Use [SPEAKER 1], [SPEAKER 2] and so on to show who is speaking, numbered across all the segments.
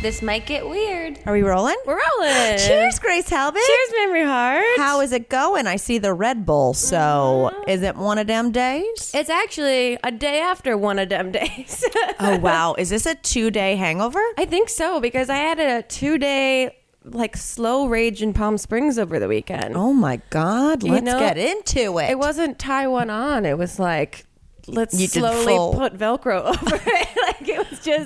[SPEAKER 1] This might get weird.
[SPEAKER 2] Are we rolling?
[SPEAKER 1] We're rolling.
[SPEAKER 2] Cheers, Grace Halbig.
[SPEAKER 1] Cheers, memory heart.
[SPEAKER 2] How is it going? I see the Red Bull. So
[SPEAKER 1] Mm-hmm.
[SPEAKER 2] is it one of them days?
[SPEAKER 1] It's actually a day after one of them days.
[SPEAKER 2] oh wow! Is this a two-day hangover?
[SPEAKER 1] I think so because I had a two day like slow rage in Palm Springs over the weekend.
[SPEAKER 2] Oh my God!
[SPEAKER 1] You
[SPEAKER 2] Let's
[SPEAKER 1] know,
[SPEAKER 2] get into it.
[SPEAKER 1] It wasn't tie one on. It was like let's
[SPEAKER 2] You did
[SPEAKER 1] slowly
[SPEAKER 2] full-
[SPEAKER 1] put Velcro over it. like it was just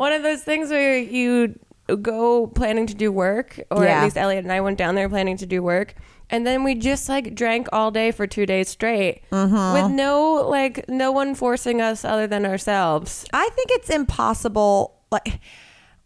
[SPEAKER 1] one of those things where you go planning to do work, or
[SPEAKER 2] Yeah.
[SPEAKER 1] at least Elliot and I went down there planning to do work. And then we just like drank all day for two days straight
[SPEAKER 2] Mm-hmm.
[SPEAKER 1] with no like no one forcing us other than ourselves.
[SPEAKER 2] I think it's impossible. Like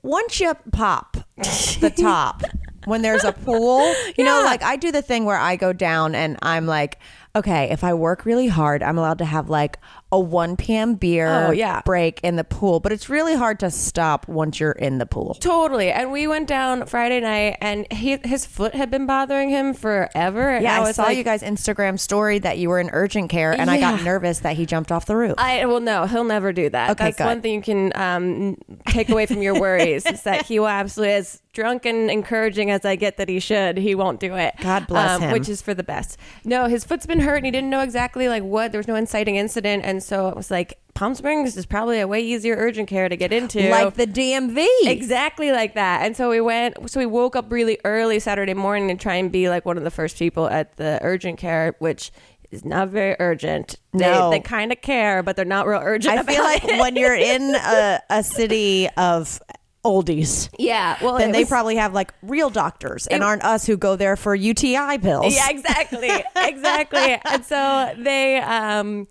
[SPEAKER 2] once you pop the top, when there's a pool, you know,
[SPEAKER 1] Yeah.
[SPEAKER 2] like I do the thing where I go down and I'm like, okay, if I work really hard, I'm allowed to have like a 1 p.m. beer
[SPEAKER 1] Oh, yeah.
[SPEAKER 2] break in the pool, but it's really hard to stop once you're in the pool.
[SPEAKER 1] Totally. And we went down Friday night and he, his foot had been bothering him forever. And
[SPEAKER 2] Yeah, I,
[SPEAKER 1] was
[SPEAKER 2] saw
[SPEAKER 1] like,
[SPEAKER 2] you guys Instagram story that you were in urgent care, and I got
[SPEAKER 1] Yeah.
[SPEAKER 2] nervous that he jumped off the roof.
[SPEAKER 1] I well, no, he'll never do that.
[SPEAKER 2] Okay,
[SPEAKER 1] That's
[SPEAKER 2] good.
[SPEAKER 1] one thing you can um, take away from your worries is that he will absolutely, as drunk and encouraging as I get that he should, he won't do it. Um,
[SPEAKER 2] God bless him.
[SPEAKER 1] Which is for the best. No, his foot's been hurt, and he didn't know exactly like what. There was no inciting incident, and so it was like Palm Springs is probably a way easier urgent care to get into,
[SPEAKER 2] like the DMV.
[SPEAKER 1] Exactly like that. And so we went, so we woke up really early Saturday morning to try and be like one of the first people at the urgent care, which is not very urgent. They,
[SPEAKER 2] No.
[SPEAKER 1] they kind of care, but they're not real urgent.
[SPEAKER 2] I feel
[SPEAKER 1] about
[SPEAKER 2] like
[SPEAKER 1] it.
[SPEAKER 2] when you're in a, a city of oldies,
[SPEAKER 1] yeah. Well,
[SPEAKER 2] then
[SPEAKER 1] it
[SPEAKER 2] they
[SPEAKER 1] was-
[SPEAKER 2] probably have like real doctors and aren't us who go there for UTI pills.
[SPEAKER 1] Yeah, exactly, exactly. and so they, um,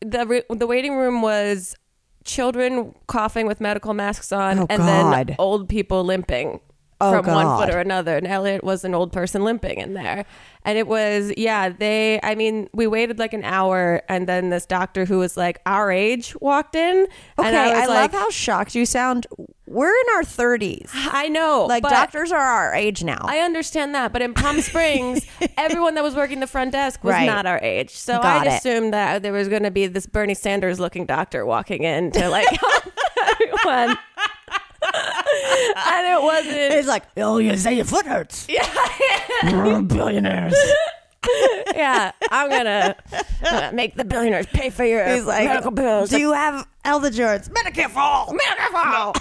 [SPEAKER 1] the re- the waiting room was children coughing with medical masks on,
[SPEAKER 2] Oh,
[SPEAKER 1] and
[SPEAKER 2] God.
[SPEAKER 1] then old people limping
[SPEAKER 2] Oh,
[SPEAKER 1] from one
[SPEAKER 2] God.
[SPEAKER 1] foot or another. And Elliot was an old person limping in there, and it was yeah. They, I mean, we waited like an hour, and then this doctor who was like our age walked in.
[SPEAKER 2] Okay,
[SPEAKER 1] and I,
[SPEAKER 2] I,
[SPEAKER 1] was like,
[SPEAKER 2] love how shocked you sound. We're in our 30s.
[SPEAKER 1] I know,
[SPEAKER 2] Like
[SPEAKER 1] but-
[SPEAKER 2] doctors are our age now.
[SPEAKER 1] I understand that, but in Palm Springs, everyone that was working the front desk was
[SPEAKER 2] Right.
[SPEAKER 1] not our age. So
[SPEAKER 2] Got
[SPEAKER 1] I
[SPEAKER 2] it.
[SPEAKER 1] assumed that there was going to be this Bernie Sanders looking doctor walking in to like help everyone. and it wasn't.
[SPEAKER 2] it's like, oh, you say your foot hurts. Yeah. We're billionaires.
[SPEAKER 1] Yeah, I'm gonna, I'm gonna make the billionaires pay for your
[SPEAKER 2] He's like,
[SPEAKER 1] medical bills.
[SPEAKER 2] do you have health insurance? Medicare for all. Medicare for all.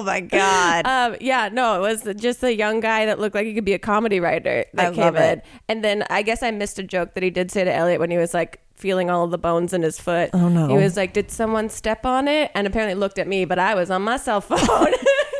[SPEAKER 2] oh my God.
[SPEAKER 1] Um, yeah, no, it was just a young guy that looked like he could be a comedy writer that
[SPEAKER 2] I
[SPEAKER 1] came
[SPEAKER 2] love
[SPEAKER 1] in.
[SPEAKER 2] it.
[SPEAKER 1] And then I guess I missed a joke that he did say to Elliot when he was like feeling all of the bones in his foot.
[SPEAKER 2] Oh, no.
[SPEAKER 1] He was like, Did someone step on it? And apparently looked at me, but I was on my cell phone.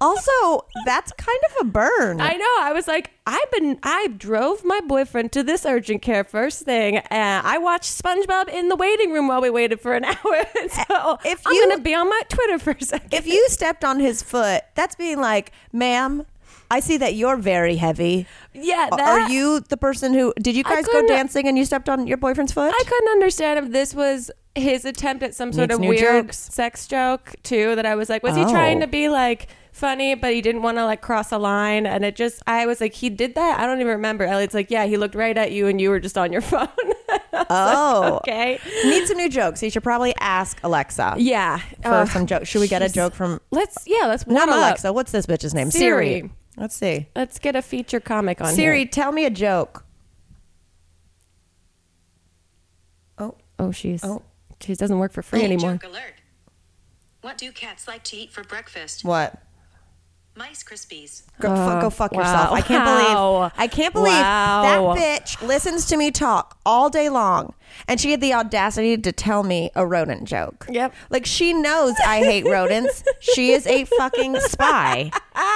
[SPEAKER 2] Also, that's kind of a burn.
[SPEAKER 1] I know. I was like, I've been, I drove my boyfriend to this urgent care first thing. And I watched SpongeBob in the waiting room while we waited for an hour. And so
[SPEAKER 2] If
[SPEAKER 1] I'm
[SPEAKER 2] you-
[SPEAKER 1] going to be on my Twitter for a second.
[SPEAKER 2] if you stepped on his foot, that's being like, ma'am, I see that you're very heavy.
[SPEAKER 1] yeah.
[SPEAKER 2] A-
[SPEAKER 1] That,
[SPEAKER 2] Are you the person who did you
[SPEAKER 1] I
[SPEAKER 2] guys go
[SPEAKER 1] couldn't-
[SPEAKER 2] dancing and you stepped on your boyfriend's foot?
[SPEAKER 1] I couldn't understand if this was his attempt at some sort
[SPEAKER 2] Makes
[SPEAKER 1] of
[SPEAKER 2] new
[SPEAKER 1] weird
[SPEAKER 2] jokes.
[SPEAKER 1] sex joke too. That I was like, was
[SPEAKER 2] Oh.
[SPEAKER 1] he trying to be like funny, but he didn't want to like cross a line? And it just, I was like, he did that. I don't even remember. Elliot's like, yeah, he looked right at you, and you were just on your phone.
[SPEAKER 2] oh,
[SPEAKER 1] okay.
[SPEAKER 2] need some new jokes. You should probably ask Alexa
[SPEAKER 1] Yeah.
[SPEAKER 2] for
[SPEAKER 1] Uh,
[SPEAKER 2] some jokes. Should we get a
[SPEAKER 1] jeez.
[SPEAKER 2] joke from
[SPEAKER 1] Let's yeah. Let's warm
[SPEAKER 2] not
[SPEAKER 1] up.
[SPEAKER 2] Alexa? What's this bitch's name? Siri.
[SPEAKER 1] Siri.
[SPEAKER 2] Let's see.
[SPEAKER 1] Let's get a feature comic on
[SPEAKER 2] Siri,
[SPEAKER 1] here.
[SPEAKER 2] tell me a joke. Oh,
[SPEAKER 1] Oh, she's
[SPEAKER 2] Oh.
[SPEAKER 1] she doesn't work for free
[SPEAKER 3] Hey,
[SPEAKER 1] anymore.
[SPEAKER 3] Joke alert. What do cats like to eat for breakfast?
[SPEAKER 2] what?
[SPEAKER 3] Mice Krispies.
[SPEAKER 2] Go, fuck, go fuck
[SPEAKER 1] wow.
[SPEAKER 2] yourself. I can't
[SPEAKER 1] Wow.
[SPEAKER 2] believe I can't believe
[SPEAKER 1] Wow.
[SPEAKER 2] that bitch listens to me talk all day long and she had the audacity to tell me a rodent joke.
[SPEAKER 1] Yep.
[SPEAKER 2] Like she knows I hate rodents. She is a fucking spy.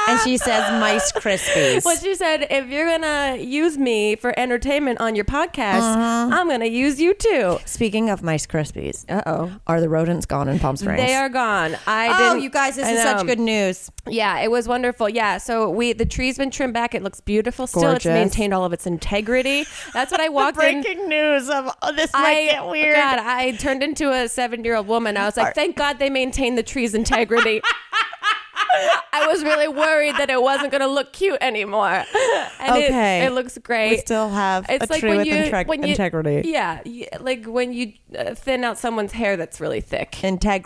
[SPEAKER 2] And she says mice krispies.
[SPEAKER 1] Well, she said, if you're gonna use me for entertainment on your podcast,
[SPEAKER 2] Uh-huh.
[SPEAKER 1] I'm gonna use you too.
[SPEAKER 2] Speaking of mice krispies,
[SPEAKER 1] oh.
[SPEAKER 2] are the rodents gone in Palm Springs?
[SPEAKER 1] They are gone. I
[SPEAKER 2] Oh,
[SPEAKER 1] didn't-
[SPEAKER 2] you guys, this
[SPEAKER 1] I
[SPEAKER 2] is such
[SPEAKER 1] know.
[SPEAKER 2] good news.
[SPEAKER 1] Yeah, it was wonderful. Yeah, so we the tree's been trimmed back. It looks beautiful. Still, it's
[SPEAKER 2] Gorgeous.
[SPEAKER 1] maintained all of its integrity. That's what I walked in.
[SPEAKER 2] news of oh, this
[SPEAKER 1] I God, I turned into a seven year old woman. I was like, thank God they maintained the tree's integrity. I was really worried that it wasn't going to look cute anymore. And it-
[SPEAKER 2] Okay.
[SPEAKER 1] it, looks great.
[SPEAKER 2] We still have a tree with intreg- integrity.
[SPEAKER 1] Yeah, y- like when you uh, thin out someone's hair that's really thick.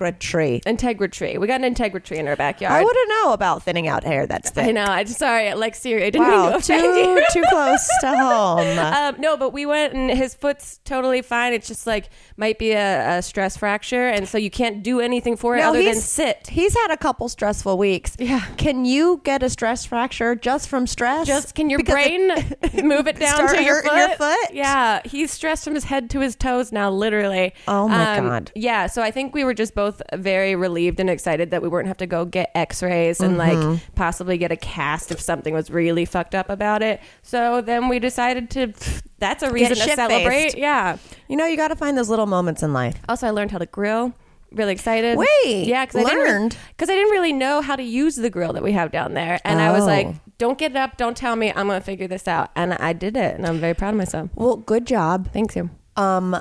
[SPEAKER 2] Integrity.
[SPEAKER 1] Integrity. We got an integrity in our backyard.
[SPEAKER 2] I wouldn't know about thinning out hair. That's
[SPEAKER 1] I
[SPEAKER 2] thick.
[SPEAKER 1] know. I'm sorry, Alexia. I didn't mean to
[SPEAKER 2] Wow,
[SPEAKER 1] offend you.
[SPEAKER 2] too too close to home.
[SPEAKER 1] Um, no, but we went and his foot's totally fine. It's just like might be a, a stress fracture, and so you can't do anything for it other than
[SPEAKER 2] he's-
[SPEAKER 1] sit.
[SPEAKER 2] He's had a couple stressful weeks.
[SPEAKER 1] Yeah.
[SPEAKER 2] Can you get a stress fracture just from stress?
[SPEAKER 1] Just can your
[SPEAKER 2] Because
[SPEAKER 1] brain move it down
[SPEAKER 2] Start
[SPEAKER 1] to your
[SPEAKER 2] hurting
[SPEAKER 1] foot?
[SPEAKER 2] your foot?
[SPEAKER 1] Yeah, he's stressed from his head to his toes now, literally. Um,
[SPEAKER 2] Oh, my God.
[SPEAKER 1] Yeah, so I think we were just both very relieved and excited that we wouldn't have to go get X-rays and like
[SPEAKER 2] Mm-hmm.
[SPEAKER 1] possibly get a cast if something was really fucked up about it. So then we decided to. pff, That's a reason to
[SPEAKER 2] shit-faced.
[SPEAKER 1] celebrate. Yeah.
[SPEAKER 2] You know, you got to find those little moments in life.
[SPEAKER 1] Also, I learned how to grill. Really excited.
[SPEAKER 2] Wait,
[SPEAKER 1] yeah, because I
[SPEAKER 2] learned.
[SPEAKER 1] didn't because I didn't really know how to use the grill that we have down there, and I was
[SPEAKER 2] Oh.
[SPEAKER 1] like, "Don't get it up, don't tell me, I'm gonna figure this out," and I did it, and I'm very proud of myself.
[SPEAKER 2] Well, good job.
[SPEAKER 1] Thank you.
[SPEAKER 2] Um,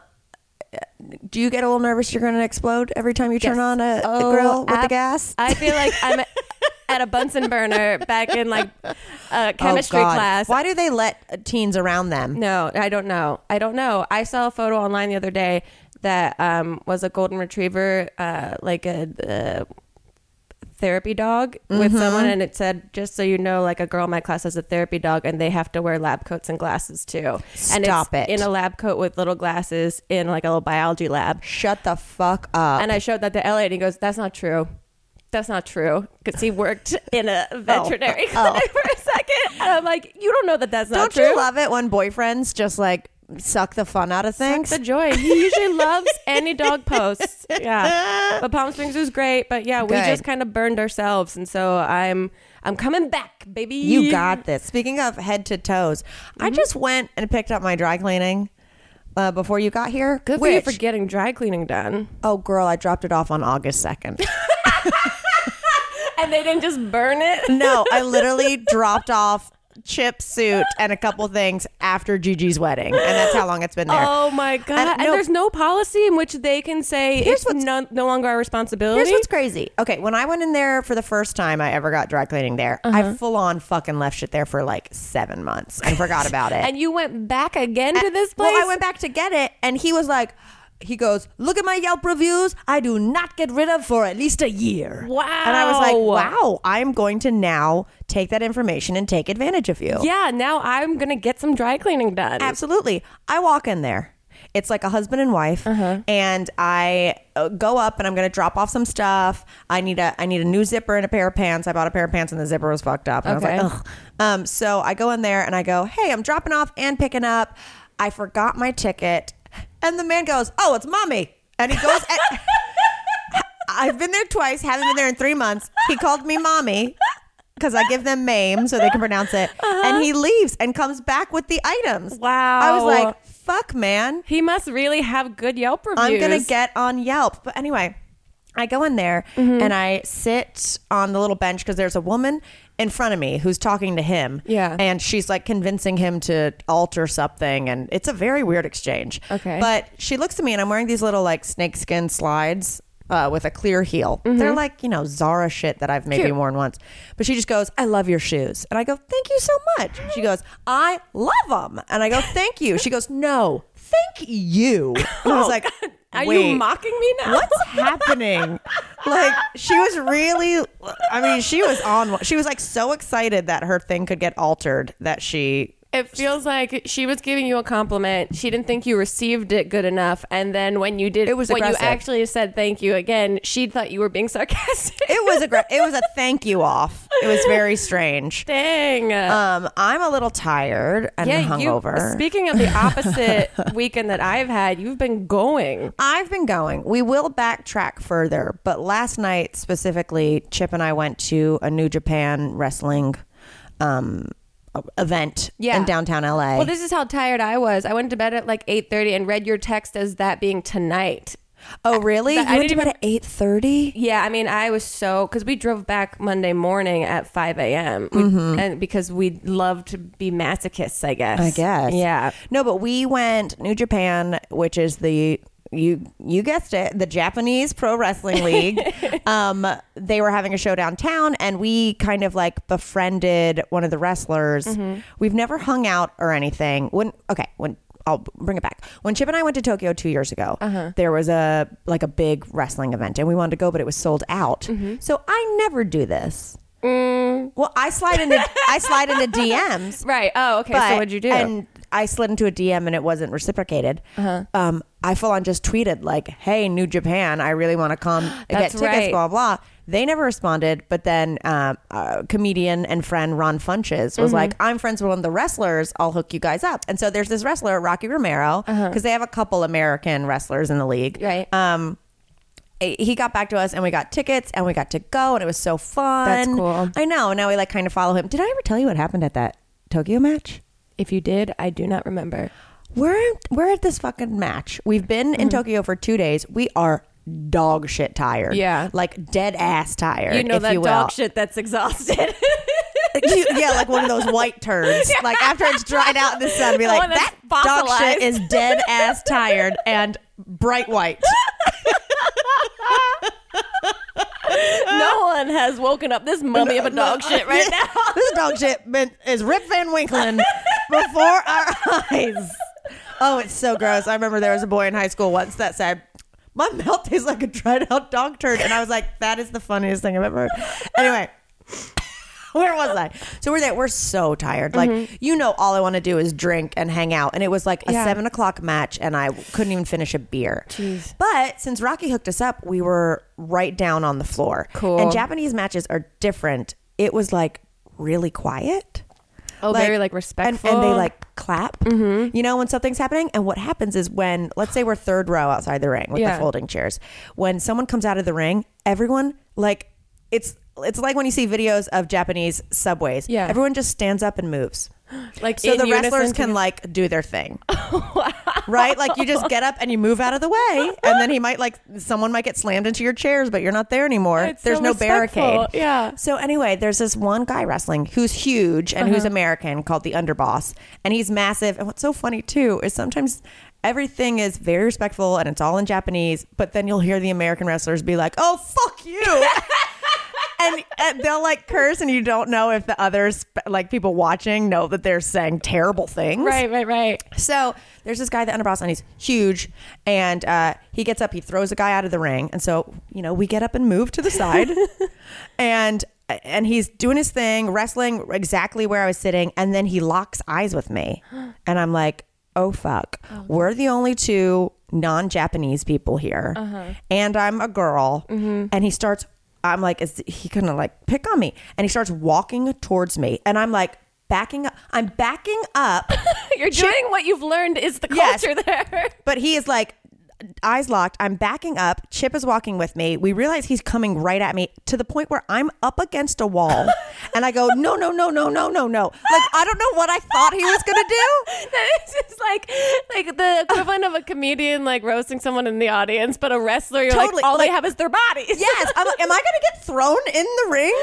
[SPEAKER 2] do you get a little nervous you're going to explode every time you turn
[SPEAKER 1] Yes.
[SPEAKER 2] on a, a
[SPEAKER 1] Oh,
[SPEAKER 2] grill with the
[SPEAKER 1] ab-
[SPEAKER 2] gas?
[SPEAKER 1] I feel like I'm at a Bunsen burner back in like uh,
[SPEAKER 2] Oh,
[SPEAKER 1] chemistry
[SPEAKER 2] God.
[SPEAKER 1] class.
[SPEAKER 2] Why do they let uh, teens around them?
[SPEAKER 1] No, I don't know. I don't know. I saw a photo online the other day that um, was a golden retriever, uh, like a, uh therapy dog
[SPEAKER 2] Mm-hmm.
[SPEAKER 1] with someone, and it said, "Just so you know, like a girl in my class has a therapy dog, and they have to wear lab coats and glasses too." and
[SPEAKER 2] Stop it.
[SPEAKER 1] it's in a lab coat with little glasses in like a little biology lab.
[SPEAKER 2] Shut the fuck up.
[SPEAKER 1] And I showed that to Elliot, and he goes, "That's not true." That's not true because he worked in a
[SPEAKER 2] Oh,
[SPEAKER 1] veterinary clinic for a second. And I'm like, you don't know that that's not
[SPEAKER 2] Don't
[SPEAKER 1] true.
[SPEAKER 2] you love it when boyfriends just like suck the fun out of things?
[SPEAKER 1] the joy. He usually loves any dog posts. Yeah. But Palm Springs was great. But yeah, we
[SPEAKER 2] Good.
[SPEAKER 1] just kind of burned ourselves. And so I'm I'm coming back, baby.
[SPEAKER 2] You got this. Speaking of head to toes, I
[SPEAKER 1] Mm-hmm.
[SPEAKER 2] just went and picked up my dry cleaning uh, before you got here.
[SPEAKER 1] Good for you for
[SPEAKER 2] which-
[SPEAKER 1] getting dry cleaning done.
[SPEAKER 2] oh, girl, I dropped it off on August 2nd.
[SPEAKER 1] And they didn't just burn it.
[SPEAKER 2] no, I literally dropped off chip suit and a couple things after Gigi's wedding. And that's how long it's been there.
[SPEAKER 1] Oh my god.
[SPEAKER 2] And
[SPEAKER 1] And,
[SPEAKER 2] no-
[SPEAKER 1] there's no policy in which they can say
[SPEAKER 2] Here's
[SPEAKER 1] it's
[SPEAKER 2] what's-
[SPEAKER 1] no, no longer our responsibility.
[SPEAKER 2] Here's what's crazy. Okay, when I went in there for the first time I ever got dry cleaning there,
[SPEAKER 1] Uh-huh.
[SPEAKER 2] I full on fucking left shit there for like seven months and forgot about it.
[SPEAKER 1] and you went back again to this place?
[SPEAKER 2] Well, I went back to get it, and he was like, he goes, look at my Yelp reviews. I do not get rid of for at least a year.
[SPEAKER 1] Wow.
[SPEAKER 2] And I was like, wow, I'm going to now take that information and take advantage of you.
[SPEAKER 1] yeah, now I'm gonna get some dry cleaning done.
[SPEAKER 2] Absolutely. I walk in there. It's like a husband and wife, and I uh, go up and I'm going to drop off some stuff. I need a I need a new zipper and a pair of pants. I bought a pair of pants and the zipper was fucked up. And I
[SPEAKER 1] Okay.
[SPEAKER 2] was like, Ugh. Um, so I go in there and I go, hey, I'm dropping off and picking up. I forgot my ticket, and the man goes, oh, it's mommy, and he goes. and- I've been there twice, haven't been there in three months. He called me mommy because I give them MAME so they can pronounce it. And he leaves and comes back with the items.
[SPEAKER 1] Uh-huh. Wow.
[SPEAKER 2] I was like, fuck, man.
[SPEAKER 1] he must really have good Yelp reviews.
[SPEAKER 2] I'm going to get on Yelp. But anyway, I go in there
[SPEAKER 1] Mm-hmm.
[SPEAKER 2] and I sit on the little bench because there's a woman in front of me who's talking to him.
[SPEAKER 1] Yeah.
[SPEAKER 2] And she's like convincing him to alter something. And it's a very weird exchange.
[SPEAKER 1] Okay.
[SPEAKER 2] But she looks at me and I'm wearing these little like snakeskin slides. Uh, with a clear heel. They're like, you know, Zara shit that I've maybe
[SPEAKER 1] Mm-hmm. Cute.
[SPEAKER 2] worn once. But she just goes, I love your shoes. And I go, thank you so much. And she goes, I love them. And I go, thank you. She goes, no, thank you. And I was like,
[SPEAKER 1] Are
[SPEAKER 2] Wait,
[SPEAKER 1] you mocking me now?
[SPEAKER 2] What's happening? Like she was really I mean, she was on she was like so excited that her thing could get altered that she
[SPEAKER 1] It feels like she was giving you a compliment. She didn't think you received it good enough, and then when you did,
[SPEAKER 2] It was
[SPEAKER 1] when
[SPEAKER 2] aggressive.
[SPEAKER 1] you actually said thank you again, she thought you were being sarcastic.
[SPEAKER 2] it was a gra- it was a thank you off. It was very strange.
[SPEAKER 1] Dang. Uh,
[SPEAKER 2] Um, I'm a little tired and hungover.
[SPEAKER 1] You, speaking of the opposite weekend that I've had, you've been going.
[SPEAKER 2] I've been going. We will backtrack further, but last night specifically, Chip and I went to a New Japan wrestling um, event
[SPEAKER 1] Yeah.
[SPEAKER 2] in downtown LA.
[SPEAKER 1] Well, this is how tired I was. I went to bed at like eight thirty and read your text as that being tonight.
[SPEAKER 2] oh, really?
[SPEAKER 1] I
[SPEAKER 2] you went to
[SPEAKER 1] didn't
[SPEAKER 2] bed at eight thirty?
[SPEAKER 1] Yeah, I mean, I was so because we drove back Monday morning at five a.m. We-
[SPEAKER 2] Mm-hmm.
[SPEAKER 1] and because we love to be masochists, I guess.
[SPEAKER 2] I guess.
[SPEAKER 1] Yeah.
[SPEAKER 2] No, but we went New Japan, which is the you you guessed it, the Japanese Pro Wrestling League. um, they were having a show downtown, and we kind of like befriended one of the wrestlers. We've never hung out or anything. When okay, when I'll bring it back. When Chip and I went to Tokyo two years ago, there was a like a big wrestling event, and we wanted to go, but it was sold out. So I never do this. Well, I slide into I slide into DMs.
[SPEAKER 1] Right. Oh, okay. so
[SPEAKER 2] But-
[SPEAKER 1] what'd you do?
[SPEAKER 2] And I slid into a DM and it wasn't reciprocated.
[SPEAKER 1] Uh-huh.
[SPEAKER 2] Um, I full on just tweeted like, "Hey, New Japan, I really want to come get
[SPEAKER 1] That's
[SPEAKER 2] tickets."
[SPEAKER 1] right.
[SPEAKER 2] Blah blah. They never responded, but then um, uh, comedian and friend Ron Funches was like,
[SPEAKER 1] Mm-hmm.
[SPEAKER 2] "I'm friends with one of the wrestlers. I'll hook you guys up." And so there's this wrestler Rocky Romero because they have a couple American wrestlers in the league.
[SPEAKER 1] Uh-huh. Right.
[SPEAKER 2] Um, he got back to us and we got tickets and we got to go and it was so fun.
[SPEAKER 1] That's cool.
[SPEAKER 2] I know. And now we like kind of follow him. Did I ever tell you what happened at that Tokyo match?
[SPEAKER 1] if you did, I do not remember.
[SPEAKER 2] We're we're at this fucking match. We've been
[SPEAKER 1] Mm.
[SPEAKER 2] in Tokyo for two days. We are dog shit tired.
[SPEAKER 1] Yeah.
[SPEAKER 2] like dead ass tired.
[SPEAKER 1] You know
[SPEAKER 2] if
[SPEAKER 1] that
[SPEAKER 2] you will.
[SPEAKER 1] dog shit that's exhausted.
[SPEAKER 2] You- yeah, like one of those white turds. Like after it's dried out in the sun, be
[SPEAKER 1] The
[SPEAKER 2] like
[SPEAKER 1] one that's
[SPEAKER 2] that dog shit
[SPEAKER 1] fossilized."
[SPEAKER 2] is dead ass tired and bright white.
[SPEAKER 1] no one has woken up this mummy of a dog shit right now.
[SPEAKER 2] this dog shit been, is Rip Van Winklen before our eyes. Oh, it's so gross. I remember there was a boy in high school once that said, My mouth tastes like a dried out dog turd. And I was like, That is the funniest thing I've ever heard. Anyway. Where was I? So we're there. We're so tired. Like you know, all I want to do is drink and hang out. And it was like a
[SPEAKER 1] Mm-hmm. Yeah.
[SPEAKER 2] seven o'clock match, and I couldn't even finish a beer. But since Rocky hooked us up, we were right down on the floor.
[SPEAKER 1] Cool.
[SPEAKER 2] And Japanese matches are different. It was like really quiet.
[SPEAKER 1] Oh, very like
[SPEAKER 2] and-
[SPEAKER 1] respectful. Mm-hmm.
[SPEAKER 2] And, they like clap. You know, when something's happening. And what happens is when, let's say we're third row outside the ring with
[SPEAKER 1] Yeah.
[SPEAKER 2] the folding chairs. When someone comes out of the ring, everyone like it's it's like when you see videos of Japanese subways.
[SPEAKER 1] Yeah.
[SPEAKER 2] Everyone just stands up and moves.
[SPEAKER 1] like
[SPEAKER 2] So
[SPEAKER 1] in
[SPEAKER 2] the
[SPEAKER 1] unison
[SPEAKER 2] wrestlers can
[SPEAKER 1] together.
[SPEAKER 2] like do their thing. Right? Like you just get up and you move out of the way. And then he might like someone might get slammed into your chairs, but you're not there anymore.
[SPEAKER 1] It's
[SPEAKER 2] there's
[SPEAKER 1] so
[SPEAKER 2] no
[SPEAKER 1] respectful.
[SPEAKER 2] barricade.
[SPEAKER 1] Yeah.
[SPEAKER 2] So anyway, there's this one guy wrestling who's huge and
[SPEAKER 1] Uh-huh.
[SPEAKER 2] who's American called the underboss. And he's massive. And what's so funny too is sometimes everything is very respectful and it's all in Japanese, but then you'll hear the American wrestlers be like, Oh fuck you. and, and they'll like curse, and you don't know if the others, like people watching, know that they're saying terrible things.
[SPEAKER 1] Right, right, right.
[SPEAKER 2] So there's this guy, the underboss, and he's huge. And uh, he gets up, he throws a guy out of the ring. And so, you know, we get up and move to the side. and and he's doing his thing, wrestling exactly where I was sitting. And then he locks eyes with me. And I'm like, oh, fuck. We're the only two non Japanese people here. And I'm a girl. And he starts, I'm like, is he going to like pick on me? And he starts walking towards me. And I'm like, backing up. I'm backing up.
[SPEAKER 1] You're doing what you've learned is the
[SPEAKER 2] Yes.
[SPEAKER 1] culture there.
[SPEAKER 2] But he is like eyes locked. I'm backing up. Chip is walking with me. We realize he's coming right at me to the point where I'm up against a wall, and I go, no, no, no, no, no, no, no. Like I don't know what I thought he was gonna do.
[SPEAKER 1] This is like like the equivalent of a comedian like roasting someone in the audience, but a wrestler, you're
[SPEAKER 2] Totally,
[SPEAKER 1] like all
[SPEAKER 2] like-
[SPEAKER 1] they have is their bodies.
[SPEAKER 2] Yes, I'm like, am I gonna get thrown in the ring?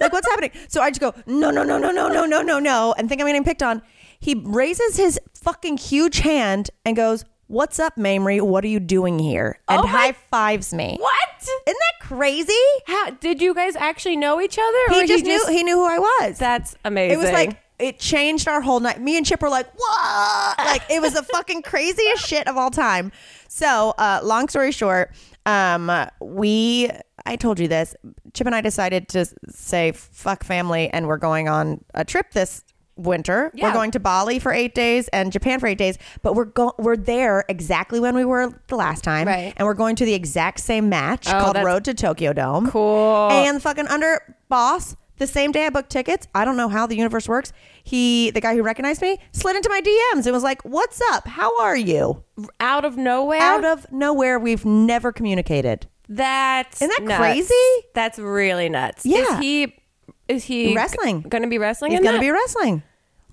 [SPEAKER 2] Like what's happening? So I just go, no, no, no, no, no, no, no, no, no, and think I'm getting picked on. He raises his fucking huge hand and goes, "What's up, Mamrie? What are you doing here?" And
[SPEAKER 1] Oh my-
[SPEAKER 2] high fives me.
[SPEAKER 1] What?
[SPEAKER 2] Isn't that crazy?
[SPEAKER 1] How did you guys actually know each other?
[SPEAKER 2] he just knew he knew who I was.
[SPEAKER 1] that's amazing.
[SPEAKER 2] it was like it changed our whole night. Me and Chip were like, "What?" Like it was the fucking craziest shit of all time. So, uh, long story short, um, we I told you this. Chip and I decided to say fuck family, and we're going on a trip this winter. We're
[SPEAKER 1] Yeah.
[SPEAKER 2] going to Bali for eight days and Japan for eight days, but we're go- we're there exactly when we were the last time,
[SPEAKER 1] Right. Oh,
[SPEAKER 2] And we're going to the exact same match called
[SPEAKER 1] that's-
[SPEAKER 2] Road to Tokyo Dome.
[SPEAKER 1] Cool.
[SPEAKER 2] And the fucking under boss, the same day I booked tickets, I don't know how the universe works. He, the guy who recognized me, slid into my DMs and was like, "What's up? How are you?"
[SPEAKER 1] out of nowhere.
[SPEAKER 2] Out of nowhere, we've never communicated.
[SPEAKER 1] that's
[SPEAKER 2] Isn't that
[SPEAKER 1] nuts.
[SPEAKER 2] crazy?
[SPEAKER 1] That's really nuts.
[SPEAKER 2] Yeah.
[SPEAKER 1] Is he is he
[SPEAKER 2] Wrestling.
[SPEAKER 1] Going to be wrestling?
[SPEAKER 2] He's
[SPEAKER 1] in
[SPEAKER 2] gonna
[SPEAKER 1] that?
[SPEAKER 2] be wrestling.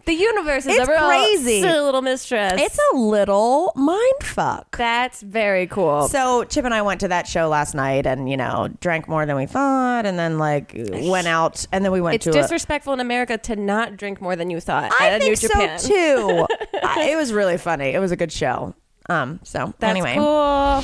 [SPEAKER 1] The universe is
[SPEAKER 2] It's
[SPEAKER 1] a real
[SPEAKER 2] crazy.
[SPEAKER 1] silly little mistress.
[SPEAKER 2] It's a little mind fuck.
[SPEAKER 1] that's very cool.
[SPEAKER 2] So Chip and I went to that show last night, and you know, drank more than we thought, and then like went out, and then we went
[SPEAKER 1] it's
[SPEAKER 2] to. a-
[SPEAKER 1] disrespectful in America to not drink more than you thought
[SPEAKER 2] I
[SPEAKER 1] at
[SPEAKER 2] think
[SPEAKER 1] New Japan.
[SPEAKER 2] so too. I- it was really funny. It was a good show. Um, so
[SPEAKER 1] That's
[SPEAKER 2] anyway,
[SPEAKER 1] cool.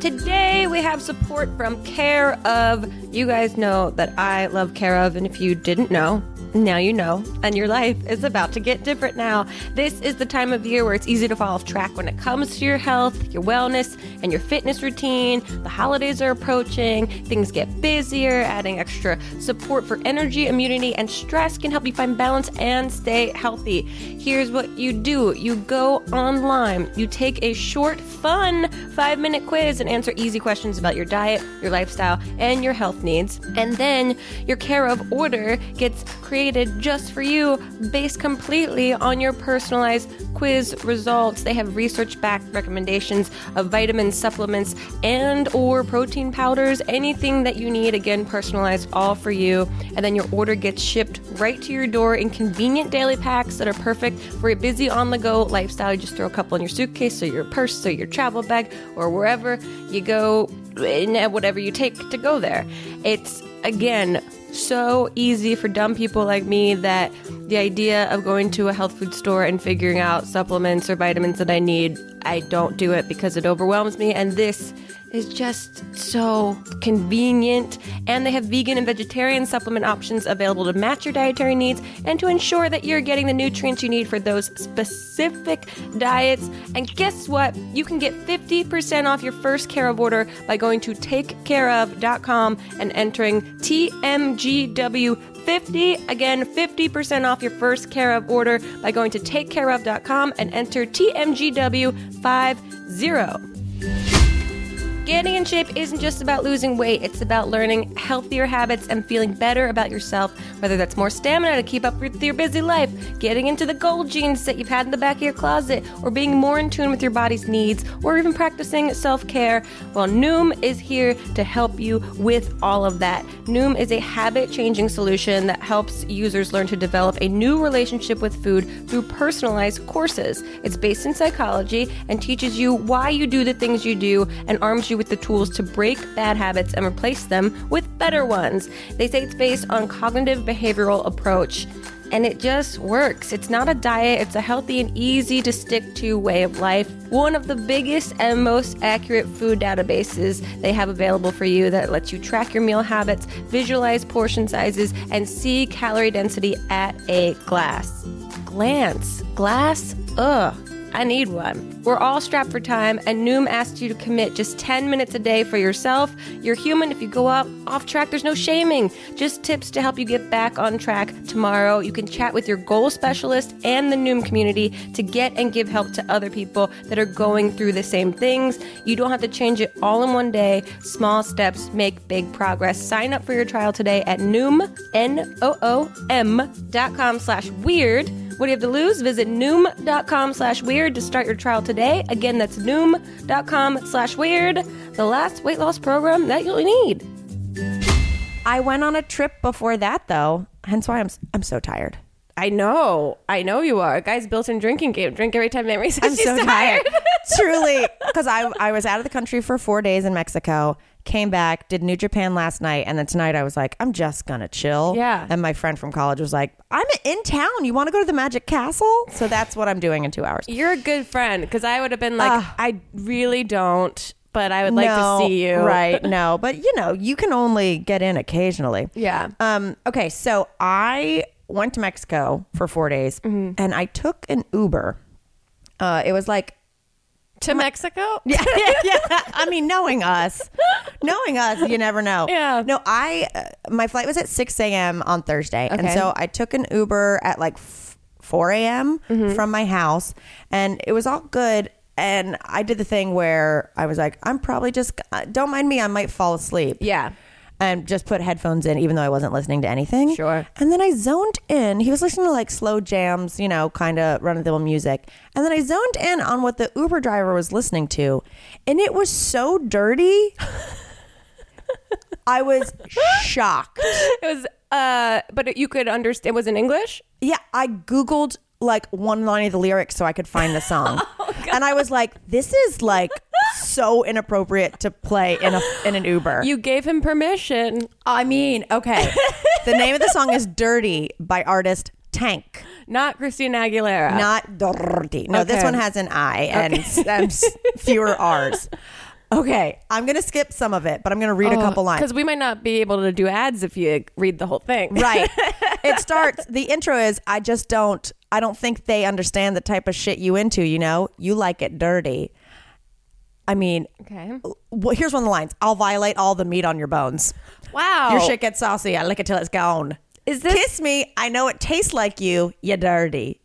[SPEAKER 1] Today we have support from Care of. You guys know that I love Care of, and if you didn't know, now you know, and your life is about to get different now. This is the time of year where it's easy to fall off track when it comes to your health, your wellness, and your fitness routine. The holidays are approaching, things get busier, adding extra support for energy, immunity, and stress can help you find balance and stay healthy. Here's what you do you go online, you take a short, fun five minute quiz and answer easy questions about your diet, your lifestyle, and your health needs. And then your care of order gets created just for you based completely on your personalized quiz results. They have research backed recommendations of vitamins, supplements, and or protein powders, anything that you need again personalized all for you. And then your order gets shipped right to your door in convenient daily packs that are perfect for a busy on the go lifestyle. You just throw a couple in your suitcase or your purse or your travel bag or wherever you go in whatever you take to go there. It's again so easy for dumb people like me that the idea of going to a health food store and figuring out supplements or vitamins that I need, I don't do it because it overwhelms me and this is just so convenient. And they have vegan and vegetarian supplement options available to match your dietary needs and to ensure that you're getting the nutrients you need for those specific diets. And guess what? You can get 50% off your first care of order by going to takecareof.com and entering TMGW. 50 again 50% off your first care of order by going to takecareof.com and enter TMGW50 Getting in shape isn't just about losing weight, it's about learning healthier habits and feeling better about yourself, whether that's more stamina to keep up with your busy life, getting into the gold jeans that you've had in the back of your closet, or being more in tune with your body's needs, or even practicing self care. Well, Noom is here to help you with all of that. Noom is a habit changing solution that helps users learn to develop a new relationship with food through personalized courses. It's based in psychology and teaches you why you do the things you do and arms you with the tools to break bad habits and replace them with better ones. They say it's based on cognitive behavioral approach and it just works. It's not a diet, it's a healthy and easy to stick to way of life. One of the biggest and most accurate food databases they have available for you that lets you track your meal habits, visualize portion sizes, and see calorie density at a glass. Glance, glass, ugh. I need one. We're all strapped for time, and Noom asks you to commit just 10 minutes a day for yourself. You're human. If you go up off track, there's no shaming. Just tips to help you get back on track tomorrow. You can chat with your goal specialist and the Noom community to get and give help to other people that are going through the same things. You don't have to change it all in one day. Small steps make big progress. Sign up for your trial today at Noom, N O O M dot com slash weird. What do you have to lose? Visit noom.com slash weird to start your trial today. Again, that's noom.com slash weird, the last weight loss program that you'll need.
[SPEAKER 2] I went on a trip before that though, hence why I'm s- I'm so tired.
[SPEAKER 1] I know. I know you are. Guys built in drinking game. Drink every time memory says
[SPEAKER 2] I'm so tired. Truly, because I I was out of the country for four days in Mexico, came back, did New Japan last night, and then tonight I was like, I'm just gonna chill.
[SPEAKER 1] Yeah.
[SPEAKER 2] And my friend from college was like, I'm in town. You want to go to the Magic Castle? So that's what I'm doing in two hours.
[SPEAKER 1] You're a good friend because I would have been like, I really don't, but I would like
[SPEAKER 2] Ah. No,
[SPEAKER 1] to see you.
[SPEAKER 2] Right. No, but you know, you can only get in occasionally.
[SPEAKER 1] Yeah.
[SPEAKER 2] Um. Okay. So I went to Mexico for four days,
[SPEAKER 1] Mm-hmm.
[SPEAKER 2] and I took an Uber. Uh, it was like
[SPEAKER 1] To Mexico?
[SPEAKER 2] yeah, yeah. I mean, knowing us, knowing us, you never know.
[SPEAKER 1] Yeah.
[SPEAKER 2] No, I uh, my flight was at six a.m. on Thursday, and
[SPEAKER 1] Okay.
[SPEAKER 2] so I took an Uber at like f- four a.m.
[SPEAKER 1] Mm-hmm.
[SPEAKER 2] from my house, and it was all good. And I did the thing where I was like, I'm probably just uh, don't mind me, I might fall asleep.
[SPEAKER 1] Yeah.
[SPEAKER 2] And just put headphones in, even though I wasn't listening to anything.
[SPEAKER 1] Sure.
[SPEAKER 2] And then I zoned in. He was listening to like slow jams, you know, kind of run of the mill music. And then I zoned in on what the Uber driver was listening to. And it was so dirty. I was shocked.
[SPEAKER 1] It was, uh, but you could understand. Was in English?
[SPEAKER 2] Yeah, I Googled like one line of the lyrics so I could find the song.
[SPEAKER 1] Oh,
[SPEAKER 2] and I was like, this is like so inappropriate to play in, a, in an Uber.
[SPEAKER 1] You gave him permission.
[SPEAKER 2] I mean, okay. the name of the song is Dirty by artist Tank.
[SPEAKER 4] Not Christina Aguilera.
[SPEAKER 2] Not dirty. No, this
[SPEAKER 4] Okay.
[SPEAKER 2] one has an I and um, s- fewer R's. Okay, I'm gonna skip some of it, but I'm gonna read
[SPEAKER 4] Oh,
[SPEAKER 2] a couple lines.
[SPEAKER 4] Because we might not be able to do ads if you read the whole thing.
[SPEAKER 2] Right. it starts the intro is I just don't I don't think they understand the type of shit you into, you know? You like it dirty. I mean,
[SPEAKER 4] Okay.
[SPEAKER 2] well, here's one of the lines. I'll violate all the meat on your bones.
[SPEAKER 4] Wow.
[SPEAKER 2] Your shit gets saucy. I lick it till it's gone.
[SPEAKER 4] Is this-
[SPEAKER 2] Kiss me. I know it tastes like you. You dirty.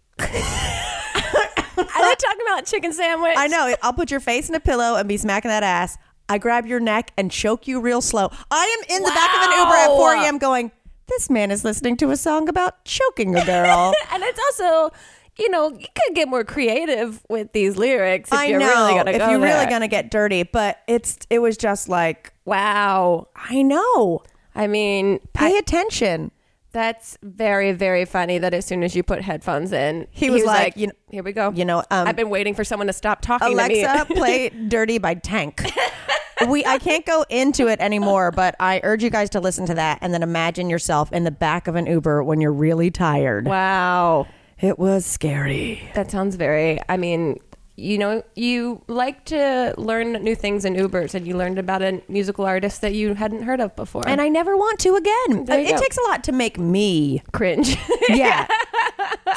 [SPEAKER 4] Are they talking about chicken sandwich?
[SPEAKER 2] I know. I'll put your face in a pillow and be smacking that ass. I grab your neck and choke you real slow. I am in the back of an Uber at
[SPEAKER 4] Wow.
[SPEAKER 2] 4 a.m. going, this man is listening to a song about choking a girl.
[SPEAKER 4] And it's also, you know, you could get more creative with these lyrics if
[SPEAKER 2] I
[SPEAKER 4] you're
[SPEAKER 2] know.
[SPEAKER 4] really gonna
[SPEAKER 2] if
[SPEAKER 4] go
[SPEAKER 2] you're really
[SPEAKER 4] there.
[SPEAKER 2] gonna get dirty, but it's it was just like
[SPEAKER 4] Wow.
[SPEAKER 2] I know.
[SPEAKER 4] I mean,
[SPEAKER 2] Pay attention.
[SPEAKER 4] that's very, very funny. That as soon as you put headphones in,
[SPEAKER 2] He was like, you know-
[SPEAKER 4] "Here we go."
[SPEAKER 2] you know, um,
[SPEAKER 4] I've been waiting for someone to stop talking
[SPEAKER 2] Alexa,
[SPEAKER 4] to me.
[SPEAKER 2] play "Dirty" by Tank. we I can't go into it anymore, but I urge you guys to listen to that and then imagine yourself in the back of an Uber when you're really tired.
[SPEAKER 4] wow.
[SPEAKER 2] It was scary.
[SPEAKER 4] That sounds very. I mean, you know, you like to learn new things in Ubers, and you learned about a musical artist that you hadn't heard of before,
[SPEAKER 2] And I never want to again.
[SPEAKER 4] There you
[SPEAKER 2] it
[SPEAKER 4] go.
[SPEAKER 2] takes a lot to make me,
[SPEAKER 4] cringe.
[SPEAKER 2] yeah,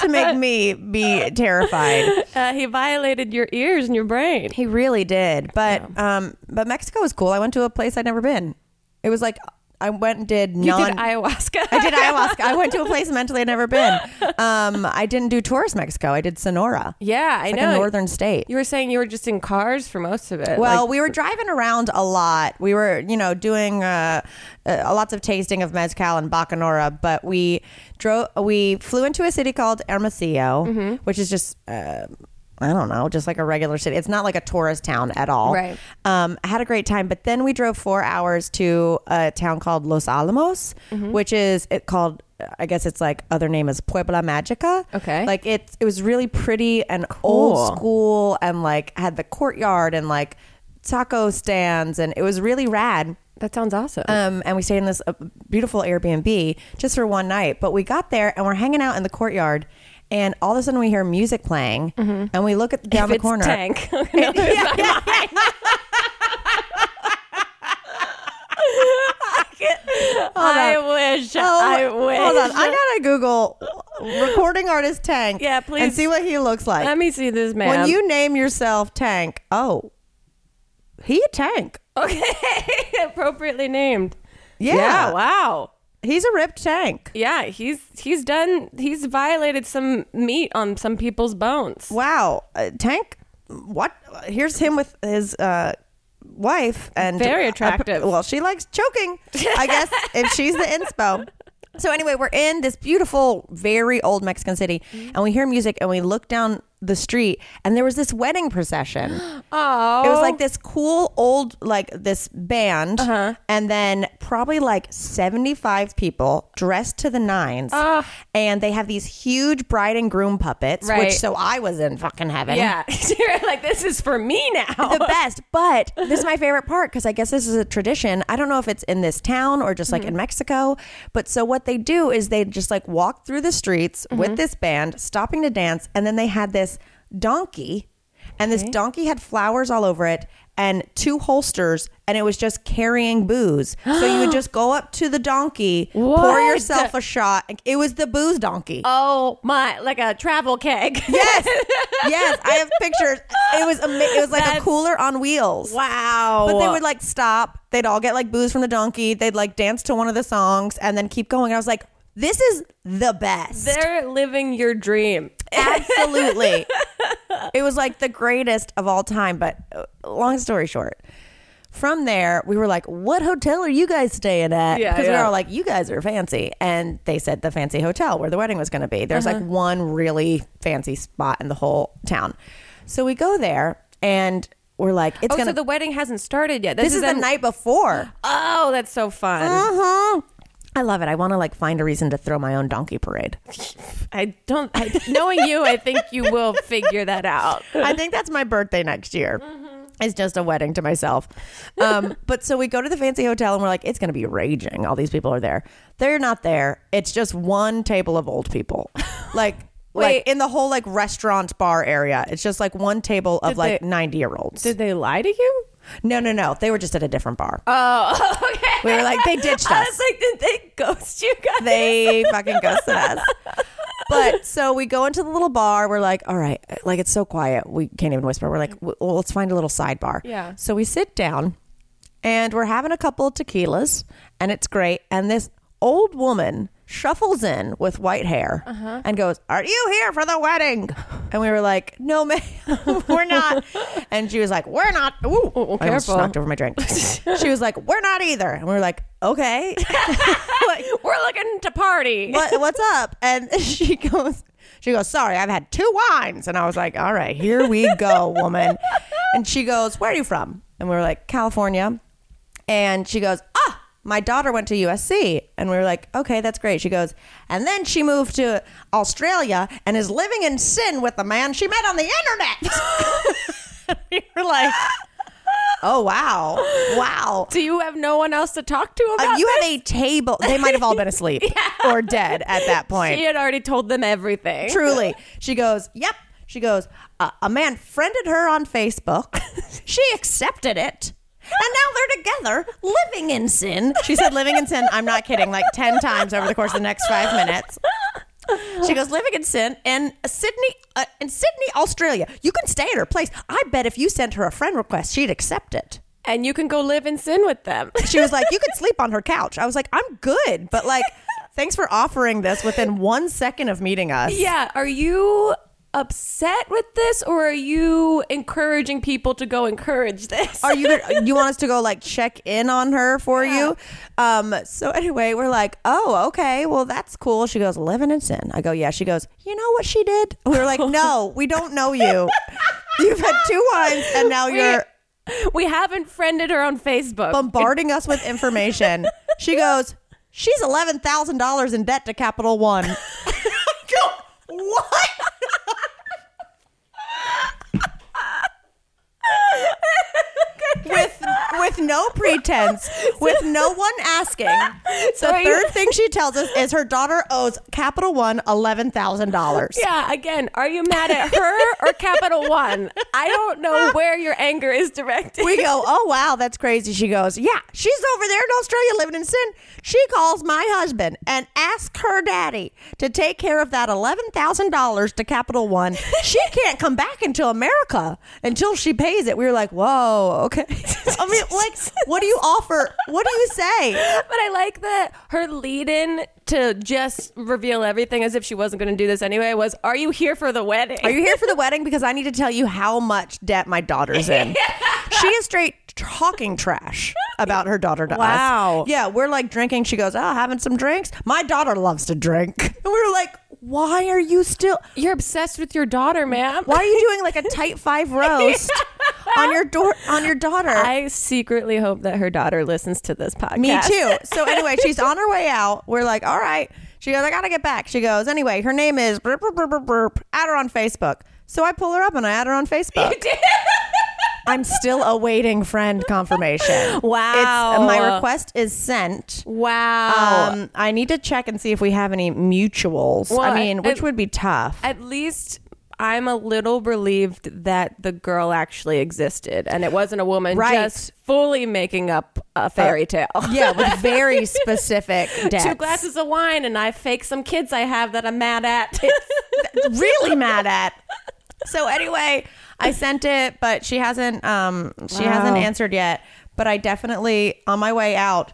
[SPEAKER 2] to make me be terrified.
[SPEAKER 4] uh, he violated your ears and your brain.
[SPEAKER 2] He really did. But um, but Mexico was cool. I went to a place I'd never been. It was like I went and did
[SPEAKER 4] You
[SPEAKER 2] non.
[SPEAKER 4] did ayahuasca.
[SPEAKER 2] I did ayahuasca. I went to a place mentally I'd never been. Um, I didn't do tourist Mexico. I did Sonora.
[SPEAKER 4] yeah, I
[SPEAKER 2] It's
[SPEAKER 4] know.
[SPEAKER 2] Like a northern state.
[SPEAKER 4] You were saying you were just in cars for most of it.
[SPEAKER 2] Well,
[SPEAKER 4] Like,
[SPEAKER 2] we were driving around a lot. We were, you know, doing uh, uh, lots of tasting of mezcal and bacanora, but we drove. We flew into a city called Hermosillo,
[SPEAKER 4] Mm-hmm.
[SPEAKER 2] which is just. Uh, I don't know, just like a regular city. It's not like a tourist town at all.
[SPEAKER 4] Right.
[SPEAKER 2] Um, I had a great time, but then we drove four hours to a town called Los Alamos,
[SPEAKER 4] Mm-hmm.
[SPEAKER 2] which is it called. I guess it's like other name is Puebla Magica.
[SPEAKER 4] Okay.
[SPEAKER 2] Like it, it was really pretty and
[SPEAKER 4] Cool.
[SPEAKER 2] old school school and like had the courtyard and like taco stands and it was really rad.
[SPEAKER 4] that sounds awesome.
[SPEAKER 2] Um, and we stayed in this uh, beautiful Airbnb just for one night. But we got there and we're hanging out in the courtyard, and all of a sudden we hear music playing, and we look at down
[SPEAKER 4] Mm-hmm. If
[SPEAKER 2] the
[SPEAKER 4] it's
[SPEAKER 2] corner.
[SPEAKER 4] Tank. No,
[SPEAKER 2] Yeah,
[SPEAKER 4] it's
[SPEAKER 2] yeah.
[SPEAKER 4] not. I wish.
[SPEAKER 2] Oh,
[SPEAKER 4] I
[SPEAKER 2] hold
[SPEAKER 4] wish.
[SPEAKER 2] on. I gotta Google recording artist Tank.
[SPEAKER 4] Yeah,
[SPEAKER 2] and
[SPEAKER 4] please.
[SPEAKER 2] see what he looks like.
[SPEAKER 4] Let me see this man.
[SPEAKER 2] when you name yourself Tank, oh, he a Tank.
[SPEAKER 4] okay, appropriately named.
[SPEAKER 2] Yeah.
[SPEAKER 4] Wow.
[SPEAKER 2] He's a ripped Tank.
[SPEAKER 4] Yeah, he's he's done. He's violated some meat on some people's bones.
[SPEAKER 2] Wow, uh, Tank. What? Here's him with his uh, wife, and
[SPEAKER 4] Very attractive.
[SPEAKER 2] well, she likes choking, I guess. if she's the inspo. So anyway, we're in this beautiful, very old Mexican city, and we hear music, and we look down the street, and there was this wedding procession.
[SPEAKER 4] Oh,
[SPEAKER 2] It was like this cool old, like this band,
[SPEAKER 4] Uh-huh.
[SPEAKER 2] and then probably like 75 people dressed to the nines.
[SPEAKER 4] Ah.
[SPEAKER 2] And they have these huge bride and groom puppets,
[SPEAKER 4] Right.
[SPEAKER 2] which so I was in fucking heaven.
[SPEAKER 4] yeah. You're like this is for me now.
[SPEAKER 2] The best, but this is my favorite part because I guess this is a tradition. I don't know if it's in this town or just like
[SPEAKER 4] Mm-hmm.
[SPEAKER 2] in Mexico, but so what they do is they just like walk through the streets
[SPEAKER 4] Mm-hmm.
[SPEAKER 2] with this band, stopping to dance, and then they had this donkey, and this donkey had flowers all over it and two holsters, and it was just carrying booze. so you would just go up to the donkey, pour
[SPEAKER 4] What?
[SPEAKER 2] yourself a shot. It was the booze donkey.
[SPEAKER 4] oh my, like a travel keg.
[SPEAKER 2] Yes, yes, I have pictures. It was ama- it was like a
[SPEAKER 4] That's-
[SPEAKER 2] cooler on wheels.
[SPEAKER 4] Wow.
[SPEAKER 2] But they would like stop. They'd all get like booze from the donkey. They'd like dance to one of the songs and then keep going. And I was like, this is the best.
[SPEAKER 4] They're living your dream.
[SPEAKER 2] Absolutely. it was like the greatest of all time. But uh, long story short, from there, we were like, what hotel are you guys staying at?
[SPEAKER 4] Yeah,
[SPEAKER 2] Because we
[SPEAKER 4] yeah.
[SPEAKER 2] were all like, you guys are fancy. And they said the fancy hotel where the wedding was going to be. There's
[SPEAKER 4] Uh-huh.
[SPEAKER 2] like one really fancy spot in the whole town. So we go there and we're like, it's
[SPEAKER 4] Oh,
[SPEAKER 2] going to.
[SPEAKER 4] so the wedding hasn't started yet.
[SPEAKER 2] this is the
[SPEAKER 4] an-
[SPEAKER 2] night before.
[SPEAKER 4] Oh, that's so fun. Uh-huh.
[SPEAKER 2] hmm I love it. I want to like find a reason to throw my own donkey parade.
[SPEAKER 4] I don't. I, knowing you, I think you will figure that out.
[SPEAKER 2] I think that's my birthday next year.
[SPEAKER 4] Mm-hmm.
[SPEAKER 2] It's just a wedding to myself. Um, but so we go to the fancy hotel and we're like, it's going to be raging. All these people are there. They're not there. It's just one table of old people. Like like
[SPEAKER 4] Wait.
[SPEAKER 2] in the whole like restaurant bar area. It's just like one table of
[SPEAKER 4] Did
[SPEAKER 2] like
[SPEAKER 4] they-
[SPEAKER 2] 90 year olds.
[SPEAKER 4] Did they lie to you?
[SPEAKER 2] no, no, no. They were just at a different bar.
[SPEAKER 4] Oh, okay.
[SPEAKER 2] We were like, they ditched
[SPEAKER 4] I
[SPEAKER 2] us.
[SPEAKER 4] was like, did they ghost you guys?
[SPEAKER 2] they fucking ghosted us. But so we go into the little bar. We're like, all right, like it's so quiet. We can't even whisper. We're like, well, let's find a little sidebar.
[SPEAKER 4] Yeah.
[SPEAKER 2] So we sit down and we're having a couple of tequilas and it's great. And this old woman shuffles in with white hair
[SPEAKER 4] Uh-huh.
[SPEAKER 2] and goes, Are you here for the wedding? And we were like, No, ma'am, we're not. and she was like, We're not. Ooh, I almost
[SPEAKER 4] careful.
[SPEAKER 2] knocked over my drink. she was like, We're not either. And we were like, Okay.
[SPEAKER 4] We're looking to party.
[SPEAKER 2] what, what's up? And she goes, she goes, sorry, I've had two wines. And I was like, all right, here we go, woman. And she goes, where are you from? And we were like, California. And she goes, ah, my daughter went to USC. And we were like, okay, that's great. She goes, and then she moved to Australia and is living in sin with a man she met on the internet. we were like, oh, wow. Wow.
[SPEAKER 4] Do you have no one else to talk to
[SPEAKER 2] Uh,
[SPEAKER 4] about
[SPEAKER 2] you
[SPEAKER 4] this?
[SPEAKER 2] have a table. They might have all been asleep or dead at that point.
[SPEAKER 4] She had already told them everything.
[SPEAKER 2] Truly. She goes, Yep. She goes, uh, A man friended her on Facebook. she accepted it. And now they're together, living in sin. She said, Living in sin. I'm not kidding, like 10 times over the course of the next five minutes. She goes living in sin in Sydney, uh, in Sydney, Australia. You can stay at her place. I bet if you sent her a friend request, she'd accept it.
[SPEAKER 4] And you can go live in sin with them.
[SPEAKER 2] She was like, "You could sleep on her couch." I was like, "I'm good," but like, thanks for offering this within one second of meeting us.
[SPEAKER 4] yeah. Are you upset with this or are you encouraging people to go encourage this?
[SPEAKER 2] Are you you want us to go like check in on her for you? Um so anyway, we're like, "Oh, okay. Well, that's cool." She goes, "Living in sin." I go, "Yeah." She goes, "You know what she did?" We were like, "No, we don't know you. You've had two wines and now you're
[SPEAKER 4] we haven't friended her on Facebook.
[SPEAKER 2] bombarding us with information." She goes, "She's $11,000 in debt to Capital One." I go, "What?" with with no pretense, with no one asking. The
[SPEAKER 4] Sorry.
[SPEAKER 2] third thing she tells us is her daughter owes Capital One eleven thousand dollars.
[SPEAKER 4] yeah, again, are you mad at her or Capital One? I don't know where your anger is directed.
[SPEAKER 2] We go, oh wow, that's crazy. She goes, yeah, she's over there in Australia living in sin. She calls my husband and asks her daddy to take care of that eleven thousand dollars to Capital One. She can't come back until America until she pays it. We were like, whoa, okay. I mean, like, what do you offer? What do you say?
[SPEAKER 4] But I like that her lead in to just reveal everything as if she wasn't going to do this anyway was, Are you here for the wedding?
[SPEAKER 2] Are you here for the wedding? Because I need to tell you how much debt my daughter's in. She is straight talking trash about her daughter to
[SPEAKER 4] Wow.
[SPEAKER 2] us. Yeah, we're like drinking. She goes, Oh, having some drinks. My daughter loves to drink. And we were like, Why are you still
[SPEAKER 4] You're obsessed with your daughter, ma'am.
[SPEAKER 2] why are you doing like a tight five roast on your door on your daughter?
[SPEAKER 4] I secretly hope that her daughter listens to this podcast.
[SPEAKER 2] Me too. So anyway, she's on her way out. We're like, all right. She goes, I gotta get back. She goes, anyway, her name is burp, burp, burp, burp, burp. add her on Facebook. So I pull her up and I add her on Facebook. You did. I'm still awaiting friend confirmation.
[SPEAKER 4] Wow.
[SPEAKER 2] It's, my request is sent.
[SPEAKER 4] Wow.
[SPEAKER 2] Um, I need to check and see if we have any mutuals.
[SPEAKER 4] Well,
[SPEAKER 2] I
[SPEAKER 4] I-
[SPEAKER 2] mean, which
[SPEAKER 4] I-
[SPEAKER 2] would be tough.
[SPEAKER 4] At least I'm a little relieved that the girl actually existed and it wasn't a woman
[SPEAKER 2] Right. Uh,
[SPEAKER 4] just fully making up a fairy tale.
[SPEAKER 2] yeah, with very specific debts.
[SPEAKER 4] Two glasses of wine and I fake some kids I have that I'm mad at.
[SPEAKER 2] really mad at. So anyway, I sent it, but she hasn't um she hasn't answered yet. But I definitely on my way out,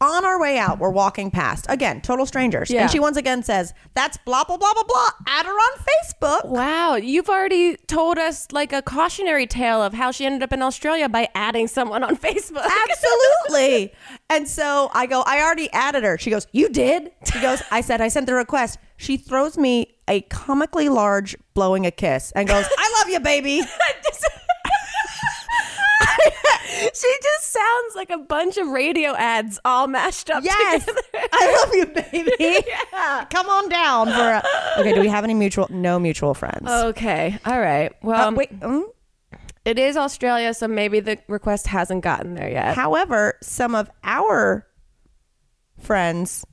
[SPEAKER 2] on our way out, we're walking past. Again, total strangers.
[SPEAKER 4] Yeah.
[SPEAKER 2] And she once again says, That's blah blah blah blah blah. Add her on Facebook.
[SPEAKER 4] wow, you've already told us like a cautionary tale of how she ended up in Australia by adding someone on Facebook.
[SPEAKER 2] Absolutely. and so I go, I already added her. She goes, You did? She goes, I said, I sent the request. She throws me a comically large blowing a kiss and goes, I love you, baby.
[SPEAKER 4] she just sounds like a bunch of radio ads all mashed up
[SPEAKER 2] Yes.
[SPEAKER 4] together.
[SPEAKER 2] I love you, baby. Come on down for a. Okay, do we have any mutual? No mutual friends.
[SPEAKER 4] Oh, Okay. All right. Well,
[SPEAKER 2] Um, wait. mm?
[SPEAKER 4] It is Australia, so maybe the request hasn't gotten there yet.
[SPEAKER 2] However, some of our friends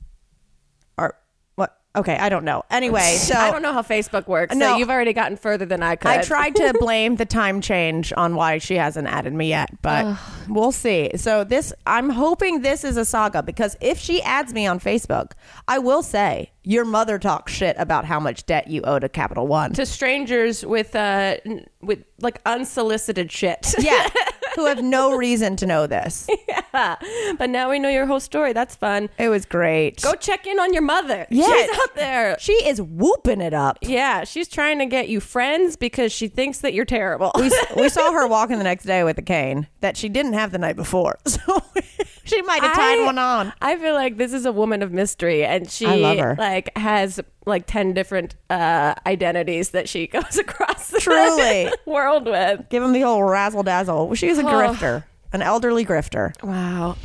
[SPEAKER 2] are. What? Okay, I don't know. Anyway, so
[SPEAKER 4] I don't know how Facebook works.
[SPEAKER 2] No.
[SPEAKER 4] so you've already gotten further than I could.
[SPEAKER 2] I tried to blame the time change on why she hasn't added me yet, but we'll see. So this I'm hoping this is a saga because if she adds me on Facebook, I will say your mother talks shit about how much debt you owe to Capital One.
[SPEAKER 4] to strangers with uh n- with like unsolicited shit.
[SPEAKER 2] yeah. Who have no reason to know this.
[SPEAKER 4] but now we know your whole story. That's fun.
[SPEAKER 2] It was great.
[SPEAKER 4] Go check in on your mother.
[SPEAKER 2] Yeah.
[SPEAKER 4] She's out there.
[SPEAKER 2] She is whooping it up.
[SPEAKER 4] Yeah, she's trying to get you friends because she thinks that you're terrible.
[SPEAKER 2] We, we saw her walking the next day with a cane that she didn't have the night before. So she might have tied
[SPEAKER 4] I-
[SPEAKER 2] one on.
[SPEAKER 4] I feel like this is a woman of mystery, and she
[SPEAKER 2] I love her.
[SPEAKER 4] like has like ten different uh, identities that she goes across the
[SPEAKER 2] Truly.
[SPEAKER 4] world with.
[SPEAKER 2] Give him the old razzle dazzle. She
[SPEAKER 4] Oh.
[SPEAKER 2] was a grifter, an elderly grifter.
[SPEAKER 4] Wow.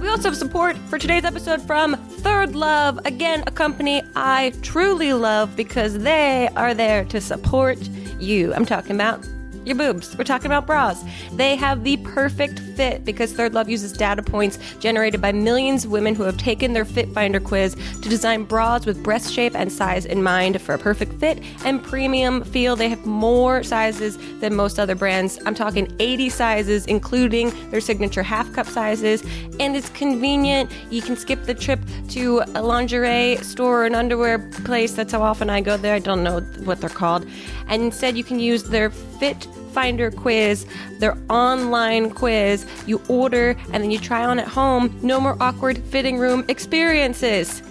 [SPEAKER 4] We also have support for today's episode from Third Love, again, a company I truly love because they are there to support you. I'm talking about your boobs. We're talking about bras. They have the perfect fit because Third Love uses data points generated by millions of women who have taken their Fit Finder quiz to design bras with breast shape and size in mind for a perfect fit and premium feel. They have more sizes than most other brands. I'm talking 80 sizes, including their signature half cup sizes. And it's convenient. You can skip the trip to a lingerie store or an underwear place. That's how often I go there. I don't know what they're called. And instead, you can use their fit Finder quiz, their online quiz. You order and then you try on at home. No more awkward fitting room experiences.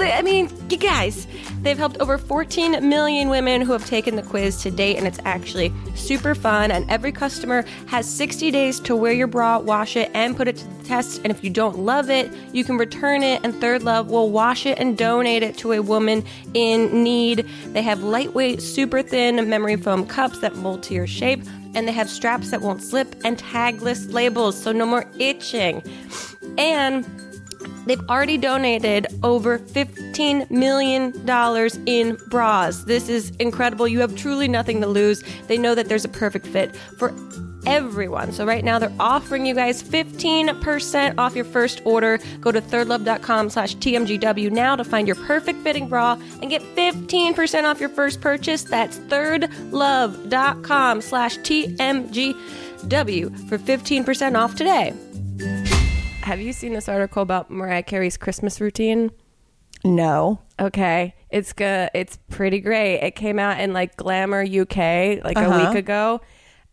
[SPEAKER 4] I mean, you guys, they've helped over 14 million women who have taken the quiz to date, and it's actually super fun. And every customer has 60 days to wear your bra, wash it, and put it to the test. And if you don't love it, you can return it, and Third Love will wash it and donate it to a woman in need. They have lightweight, super thin memory foam cups that mold to your shape, and they have straps that won't slip and tagless labels, so no more itching. And They've already donated over $15 million in bras. This is incredible. You have truly nothing to lose. They know that there's a perfect fit for everyone. So right now they're offering you guys 15% off your first order. Go to thirdlove.com slash TMGW now to find your perfect fitting bra and get 15% off your first purchase. That's thirdlove.com slash TMGW for 15% off today. Have you seen this article about Mariah Carey's Christmas routine?
[SPEAKER 2] No.
[SPEAKER 4] Okay, it's good. It's pretty great. It came out in like Glamour UK like
[SPEAKER 2] Uh-huh.
[SPEAKER 4] a week ago,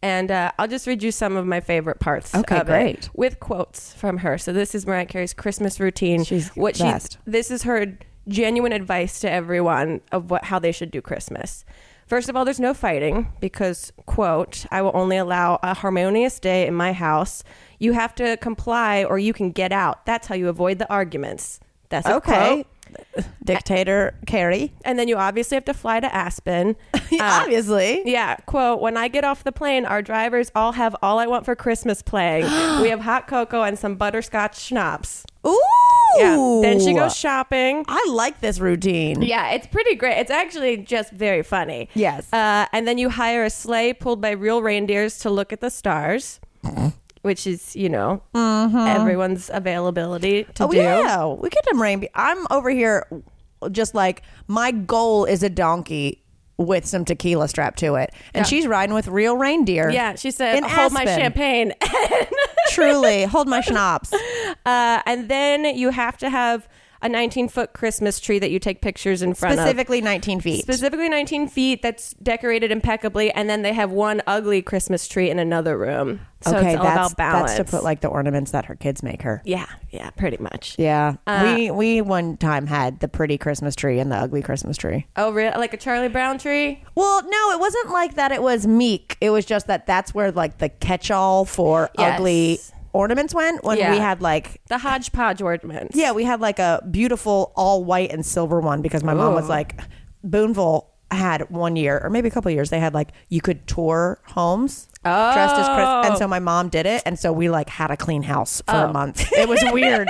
[SPEAKER 4] and uh, I'll just read you some of my favorite parts.
[SPEAKER 2] Okay,
[SPEAKER 4] of it
[SPEAKER 2] great.
[SPEAKER 4] with quotes from her. So this is Mariah Carey's Christmas routine.
[SPEAKER 2] She's
[SPEAKER 4] what
[SPEAKER 2] best.
[SPEAKER 4] she this is her genuine advice to everyone of what how they should do Christmas. First of all, there's no fighting because quote, I will only allow a harmonious day in my house. You have to comply or you can get out. That's how you avoid the arguments. That's a quote.
[SPEAKER 2] Okay. Dictator Carrie.
[SPEAKER 4] And then you obviously have to fly to Aspen. Uh,
[SPEAKER 2] Obviously.
[SPEAKER 4] yeah, quote, when I get off the plane, our drivers all have All I Want for Christmas playing. we have hot cocoa and some butterscotch schnapps.
[SPEAKER 2] Ooh.
[SPEAKER 4] Yeah. Then she goes shopping.
[SPEAKER 2] I like this routine.
[SPEAKER 4] Yeah, it's pretty great. It's actually just very funny.
[SPEAKER 2] Yes.
[SPEAKER 4] Uh, and then you hire a sleigh pulled by real reindeers to look at the stars,
[SPEAKER 2] Mm-hmm.
[SPEAKER 4] which is, you know, everyone's availability to
[SPEAKER 2] oh,
[SPEAKER 4] do.
[SPEAKER 2] yeah. We get them rain. I'm over here just like, my goal is a donkey with some tequila strapped to it. And she's riding with real reindeer.
[SPEAKER 4] Yeah, she said,
[SPEAKER 2] In
[SPEAKER 4] hold my
[SPEAKER 2] Aspen.
[SPEAKER 4] champagne.
[SPEAKER 2] Truly. Hold my schnapps.
[SPEAKER 4] Uh, and then you have to have a 19 foot Christmas tree that you take pictures in front of.
[SPEAKER 2] Specifically 19 feet.
[SPEAKER 4] Specifically 19 feet that's decorated impeccably, and then they have one ugly Christmas tree in another room. So
[SPEAKER 2] okay,
[SPEAKER 4] it's all
[SPEAKER 2] that's,
[SPEAKER 4] about balance.
[SPEAKER 2] that's to put like the ornaments that her kids make her.
[SPEAKER 4] yeah, yeah, pretty much.
[SPEAKER 2] Yeah. Uh, we we one time had the pretty Christmas tree and the ugly Christmas tree.
[SPEAKER 4] Oh, really? Like a Charlie Brown tree?
[SPEAKER 2] Well, no, it wasn't like that it was meek. It was just that that's where like the catch-all for
[SPEAKER 4] Yes.
[SPEAKER 2] ugly ornaments went when
[SPEAKER 4] Yeah.
[SPEAKER 2] we had like
[SPEAKER 4] The hodgepodge ornaments.
[SPEAKER 2] yeah, we had like a beautiful all white and silver one because my mom was like Boonville had one year or maybe a couple years they had like you could tour homes dressed as Chris and so my mom did it and so we like had a clean house for a month. It was weird.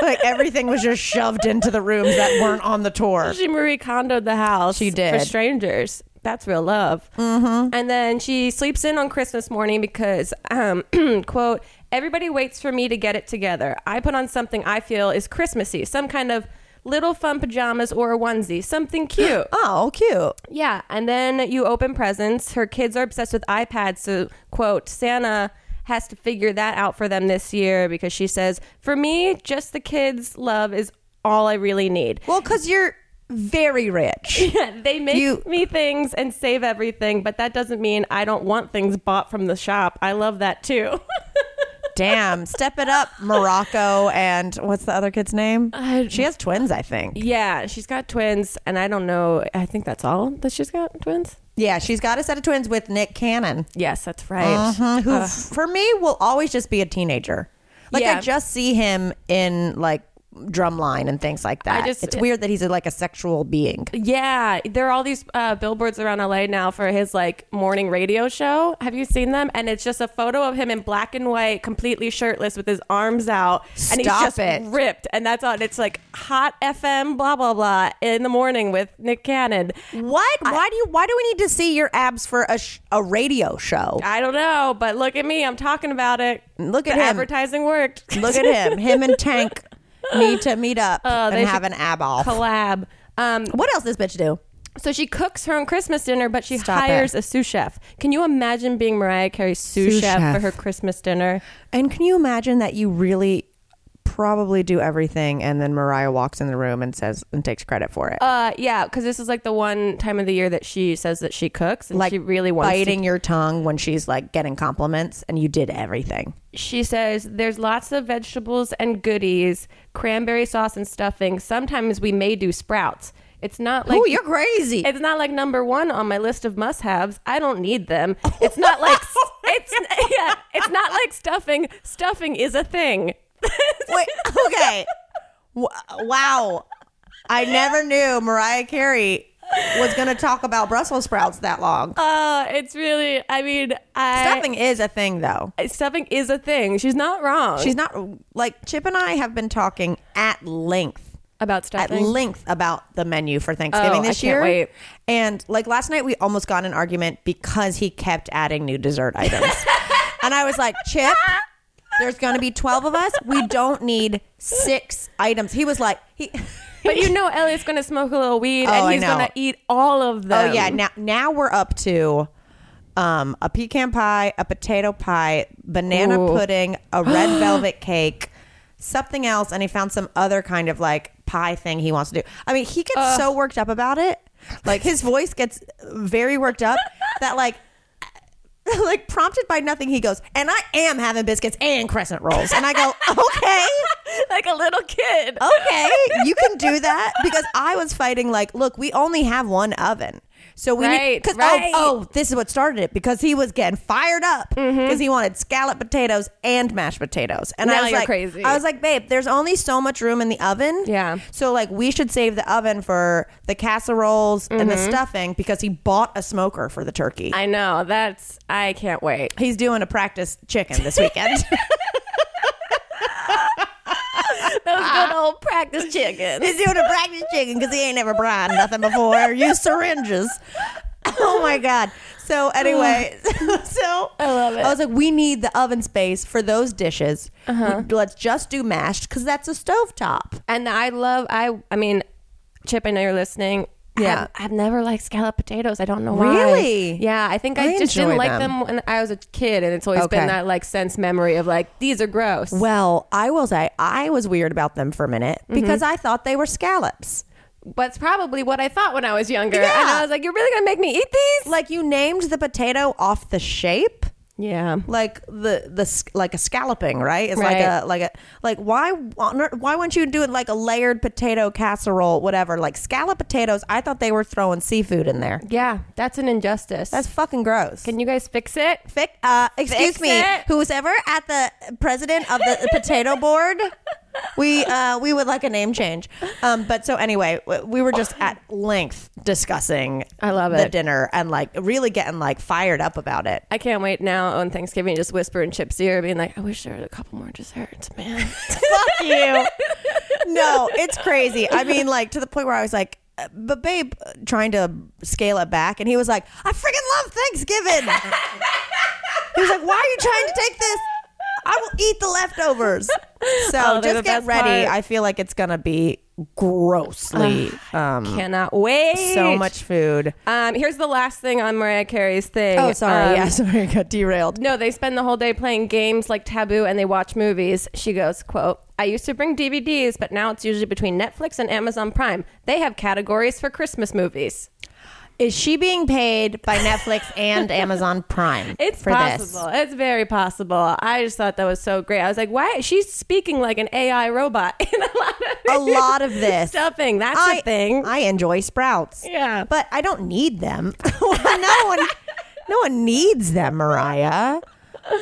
[SPEAKER 2] like everything was just shoved into the rooms that weren't on the tour.
[SPEAKER 4] She Marie Kondoed the house.
[SPEAKER 2] She did.
[SPEAKER 4] For strangers. That's real love. Mm-hmm. And then she sleeps in on Christmas morning because, um, quote, everybody waits for me to get it together. I put on something I feel is Christmassy, some kind of little fun pajamas or a onesie, something cute.
[SPEAKER 2] Oh, cute.
[SPEAKER 4] Yeah, and then you open presents. Her kids are obsessed with iPads, so quote Santa has to figure that out for them this year because she says, "For me, just the kids' love is all I really need."
[SPEAKER 2] Well, because you're very rich.
[SPEAKER 4] they make
[SPEAKER 2] You-
[SPEAKER 4] me things and save everything, but that doesn't mean I don't want things bought from the shop. I love that too.
[SPEAKER 2] Damn, step it up, Morocco. And what's the other kid's name? she has twins, I think.
[SPEAKER 4] yeah, she's got twins, and I don't know. I think that's all that she's got twins.
[SPEAKER 2] Yeah, she's got a set of twins with Nick Cannon,
[SPEAKER 4] Yes, that's right.
[SPEAKER 2] Mm-hmm.
[SPEAKER 4] Uh,
[SPEAKER 2] who for me will always just be a teenager. Like
[SPEAKER 4] Yeah.
[SPEAKER 2] I just see him in like drumline and things like that.
[SPEAKER 4] just-
[SPEAKER 2] it's weird that he's like a sexual being.
[SPEAKER 4] Yeah, there are all these uh, billboards around LA now for his like morning radio show. Have you seen them? And it's just a photo of him in black and white, completely shirtless, with his arms out, and he's
[SPEAKER 2] Stop
[SPEAKER 4] just
[SPEAKER 2] it.
[SPEAKER 4] ripped. And that's on. It's like hot FM, blah blah blah, in the morning with Nick Cannon.
[SPEAKER 2] What? why do you? Why do we need to see your abs for a sh- a radio show?
[SPEAKER 4] I don't know, but look at me. I'm talking about it.
[SPEAKER 2] Look at
[SPEAKER 4] the
[SPEAKER 2] him.
[SPEAKER 4] Advertising worked.
[SPEAKER 2] Look at him. Him and Tank need to meet up
[SPEAKER 4] Oh, they
[SPEAKER 2] and have
[SPEAKER 4] should
[SPEAKER 2] an ab off.
[SPEAKER 4] Collab. Um,
[SPEAKER 2] What else does bitch do?
[SPEAKER 4] so she cooks her own Christmas dinner, but she
[SPEAKER 2] Stop it.
[SPEAKER 4] hires a sous chef. Can you imagine being Mariah Carey's sous,
[SPEAKER 2] Sous
[SPEAKER 4] chef, for
[SPEAKER 2] chef.
[SPEAKER 4] her Christmas dinner?
[SPEAKER 2] And can you imagine that you really probably do everything and then Mariah walks in the room and says and takes credit for it?
[SPEAKER 4] Uh, yeah, because this is like the one time of the year that she says that she cooks, and
[SPEAKER 2] like
[SPEAKER 4] she really wants
[SPEAKER 2] biting your tongue when she's like getting compliments and you did everything.
[SPEAKER 4] to. She says there's lots of vegetables and goodies, cranberry sauce and stuffing. Sometimes we may do sprouts. It's not like
[SPEAKER 2] oh, you're crazy.
[SPEAKER 4] It's not like number one on my list of must-haves. I don't need them. It's not like it's yeah. It's not like stuffing. Stuffing is a thing.
[SPEAKER 2] Wait, okay. W- wow. I never knew Mariah Carey was going to talk about Brussels sprouts that long.
[SPEAKER 4] Uh, it's really. I mean, I
[SPEAKER 2] Stuffing is a thing though.
[SPEAKER 4] stuffing is a thing. She's not wrong.
[SPEAKER 2] She's not like Chip and I have been talking at length
[SPEAKER 4] about
[SPEAKER 2] at
[SPEAKER 4] stuffing.
[SPEAKER 2] length about the menu for Thanksgiving
[SPEAKER 4] Oh, I
[SPEAKER 2] this
[SPEAKER 4] can't
[SPEAKER 2] year.
[SPEAKER 4] wait.
[SPEAKER 2] And like last night, we almost got in an argument because he kept adding new dessert items. and I was like, Chip, there's going to be 12 of us. We don't need six items. He was like, he.
[SPEAKER 4] But you know, Elliot's gonna smoke a little weed,
[SPEAKER 2] Oh,
[SPEAKER 4] and
[SPEAKER 2] I
[SPEAKER 4] he's
[SPEAKER 2] know.
[SPEAKER 4] gonna eat all of them.
[SPEAKER 2] Oh yeah, now now we're up to um, a pecan pie, a potato pie, banana
[SPEAKER 4] Ooh.
[SPEAKER 2] pudding, a red velvet cake, something else, and he found some other kind of like pie thing he wants to do. I mean, he gets so worked up about it, like his voice gets very worked up that like. Like prompted by nothing, he goes, and I am having biscuits and crescent rolls. And I go, okay,
[SPEAKER 4] like a little kid.
[SPEAKER 2] okay, you can do that because I was fighting like, look, we only have one oven. So we
[SPEAKER 4] Right,
[SPEAKER 2] need, cause,
[SPEAKER 4] right.
[SPEAKER 2] Oh, oh, this is what started it because he was getting fired up because he wanted scallop potatoes and mashed potatoes. And I
[SPEAKER 4] Mm-hmm. Now
[SPEAKER 2] was
[SPEAKER 4] you're
[SPEAKER 2] like,
[SPEAKER 4] crazy.
[SPEAKER 2] I was like, babe, there's only so much room in the oven.
[SPEAKER 4] Yeah.
[SPEAKER 2] So like we should save the oven for the casseroles and the stuffing because he bought a smoker for the turkey.
[SPEAKER 4] Mm-hmm. I know. That's. I can't wait.
[SPEAKER 2] He's doing a practice chicken this weekend. Ah.
[SPEAKER 4] Those good old practice chickens.
[SPEAKER 2] He's doing a practice chicken because he ain't never brined nothing before. Use syringes. Oh my god. So anyway, so I
[SPEAKER 4] love it.
[SPEAKER 2] I was like, we need the oven space for those dishes.
[SPEAKER 4] Uh-huh.
[SPEAKER 2] We- Let's just do mashed because that's a stovetop.
[SPEAKER 4] And I love. I. I mean, Chip, I know you're listening.
[SPEAKER 2] Yeah.
[SPEAKER 4] I've, I've never liked scalloped potatoes. I don't know why.
[SPEAKER 2] Really?
[SPEAKER 4] Yeah. I think
[SPEAKER 2] I
[SPEAKER 4] I, just didn't
[SPEAKER 2] enjoy
[SPEAKER 4] like
[SPEAKER 2] them.
[SPEAKER 4] them when I was a kid, and it's always
[SPEAKER 2] Okay.
[SPEAKER 4] been that like sense memory of like these are gross.
[SPEAKER 2] Well, I will say I was weird about them for a minute because
[SPEAKER 4] Mm-hmm.
[SPEAKER 2] I thought they were scallops.
[SPEAKER 4] That's probably what I thought when I was younger.
[SPEAKER 2] Yeah.
[SPEAKER 4] And I was like, you're really gonna make me eat these?
[SPEAKER 2] Like you named the potato off the shape.
[SPEAKER 4] Yeah.
[SPEAKER 2] like the the sc- like a scalloping, right? It's like
[SPEAKER 4] Right.
[SPEAKER 2] a like a like why on earth- why wouldn't you do it like a layered potato casserole, whatever? Like scallop potatoes. I thought they were throwing seafood in there.
[SPEAKER 4] Yeah. That's an injustice.
[SPEAKER 2] That's fucking gross.
[SPEAKER 4] Can you guys fix it?
[SPEAKER 2] Fic, uh, excuse
[SPEAKER 4] Fix
[SPEAKER 2] me,
[SPEAKER 4] it.
[SPEAKER 2] who's ever at the president of the potato board? We uh, we would like a name change. Um, but so anyway, w- we were just at length discussing.
[SPEAKER 4] I love
[SPEAKER 2] the
[SPEAKER 4] it.
[SPEAKER 2] dinner and like really getting like fired up about it.
[SPEAKER 4] I can't wait now on Thanksgiving, just whisper in Chip's ear, being like, I wish there were a couple more desserts, man.
[SPEAKER 2] fuck you. No, it's crazy. I mean, like to the point where I was like, uh, but babe, uh, trying to scale it back, and he was like, I freaking love Thanksgiving. he was like, why are you trying to take this? I will eat the leftovers. So
[SPEAKER 4] Oh, they're the
[SPEAKER 2] just get
[SPEAKER 4] best
[SPEAKER 2] ready.
[SPEAKER 4] part.
[SPEAKER 2] I feel like it's gonna be grossly um,
[SPEAKER 4] Cannot wait.
[SPEAKER 2] so much food.
[SPEAKER 4] Um, here's the last thing on Mariah Carey's thing. Um,
[SPEAKER 2] yeah, Oh, sorry, I got derailed.
[SPEAKER 4] No, they spend the whole day playing games like Taboo and they watch movies. She goes, quote, I used to bring DVDs, but now it's usually between Netflix and Amazon Prime. They have categories for Christmas movies.
[SPEAKER 2] Is she being paid by Netflix and Amazon Prime?
[SPEAKER 4] It's
[SPEAKER 2] for
[SPEAKER 4] possible. It's very possible. I just thought that was so great. I was like, why? She's speaking like an AI robot in a lot of
[SPEAKER 2] this. A lot of this
[SPEAKER 4] stuffing. That's
[SPEAKER 2] I,
[SPEAKER 4] a thing.
[SPEAKER 2] I enjoy sprouts.
[SPEAKER 4] Yeah.
[SPEAKER 2] but I don't need them. no one, no one needs them, Mariah.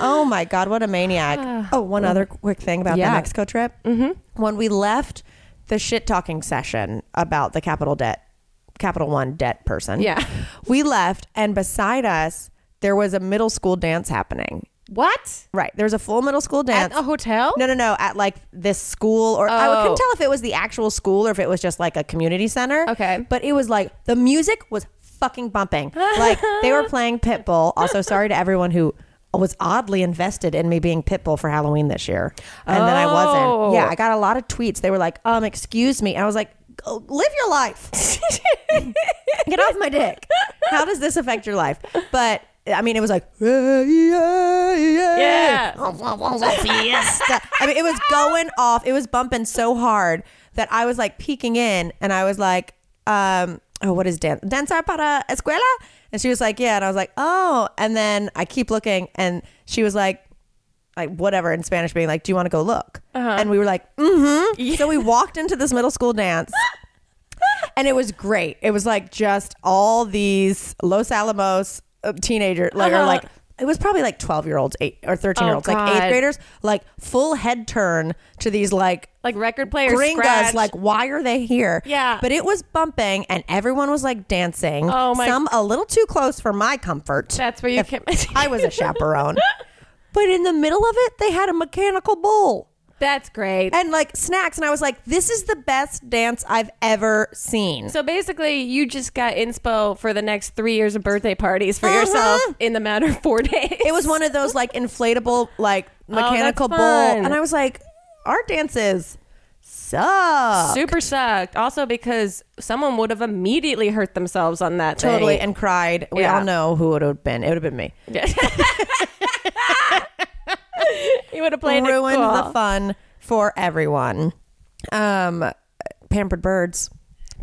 [SPEAKER 2] Oh my God, what a maniac! Oh, one other quick thing about
[SPEAKER 4] Yeah.
[SPEAKER 2] the Mexico trip. Mm-hmm. When we left the shit talking session about the capital debt, Capital One debt person.
[SPEAKER 4] Yeah.
[SPEAKER 2] we left, and beside us there was a middle school dance happening.
[SPEAKER 4] what?
[SPEAKER 2] Right, there was a full middle school dance
[SPEAKER 4] At a hotel?
[SPEAKER 2] no, no, no. At like this school, or I couldn't
[SPEAKER 4] Oh.
[SPEAKER 2] tell if it was the actual school or if it was just like a community center.
[SPEAKER 4] Okay.
[SPEAKER 2] But it was like the music was fucking bumping. Like they were playing Pitbull. Also, sorry to everyone who was oddly invested in me being Pitbull for Halloween this year. And then I
[SPEAKER 4] Oh.
[SPEAKER 2] wasn't. Yeah, I got a lot of tweets. They were like, um, excuse me. And I was like, "Go live your life. Get off my dick. How does this affect your life? But I mean, it was like, yeah, yeah, yeah.
[SPEAKER 4] Yeah.
[SPEAKER 2] Fiesta. I mean, it was going off. It was bumping so hard that I was like peeking in, and I was like, um, "Oh, what is dance? Danzar para escuela?" And she was like, "Yeah," and I was like, "Oh." And then I keep looking, and she was like, "Like whatever" in Spanish, being like, "Do you want to go look?" And we were like, "Mm-hmm." So we walked into this middle school dance. And it was great. It was like just all these Los Alamos uh, teenager, like, or like it was probably like twelve year olds, eight or thirteen year olds, like
[SPEAKER 4] Oh, God.
[SPEAKER 2] eighth graders, like full head turn to these like
[SPEAKER 4] Like record players.
[SPEAKER 2] gringas.
[SPEAKER 4] scratch.
[SPEAKER 2] Like, why are they here?
[SPEAKER 4] Yeah.
[SPEAKER 2] but it was bumping, and everyone was like dancing.
[SPEAKER 4] Oh, my-
[SPEAKER 2] Some a little too close for my comfort.
[SPEAKER 4] That's where you came.
[SPEAKER 2] I was a chaperone. But in the middle of it, they had a mechanical bull
[SPEAKER 4] That's great.
[SPEAKER 2] and like snacks. And I was like, this is the best dance I've ever seen.
[SPEAKER 4] So basically, you just got inspo for the next three years of birthday parties for yourself
[SPEAKER 2] Uh-huh.
[SPEAKER 4] in the matter of four days.
[SPEAKER 2] It was one of those like inflatable, like
[SPEAKER 4] Oh, that's
[SPEAKER 2] mechanical bull,
[SPEAKER 4] fun.
[SPEAKER 2] and I was like, "Our dances suck
[SPEAKER 4] super sucked. Also, because someone would have immediately hurt themselves on that.
[SPEAKER 2] totally,"
[SPEAKER 4] thing.
[SPEAKER 2] and cried. We
[SPEAKER 4] Yeah.
[SPEAKER 2] all know who it would have been. It would have been me.
[SPEAKER 4] you would have played it
[SPEAKER 2] Ruined
[SPEAKER 4] cool.
[SPEAKER 2] the fun for everyone. Um, pampered birds.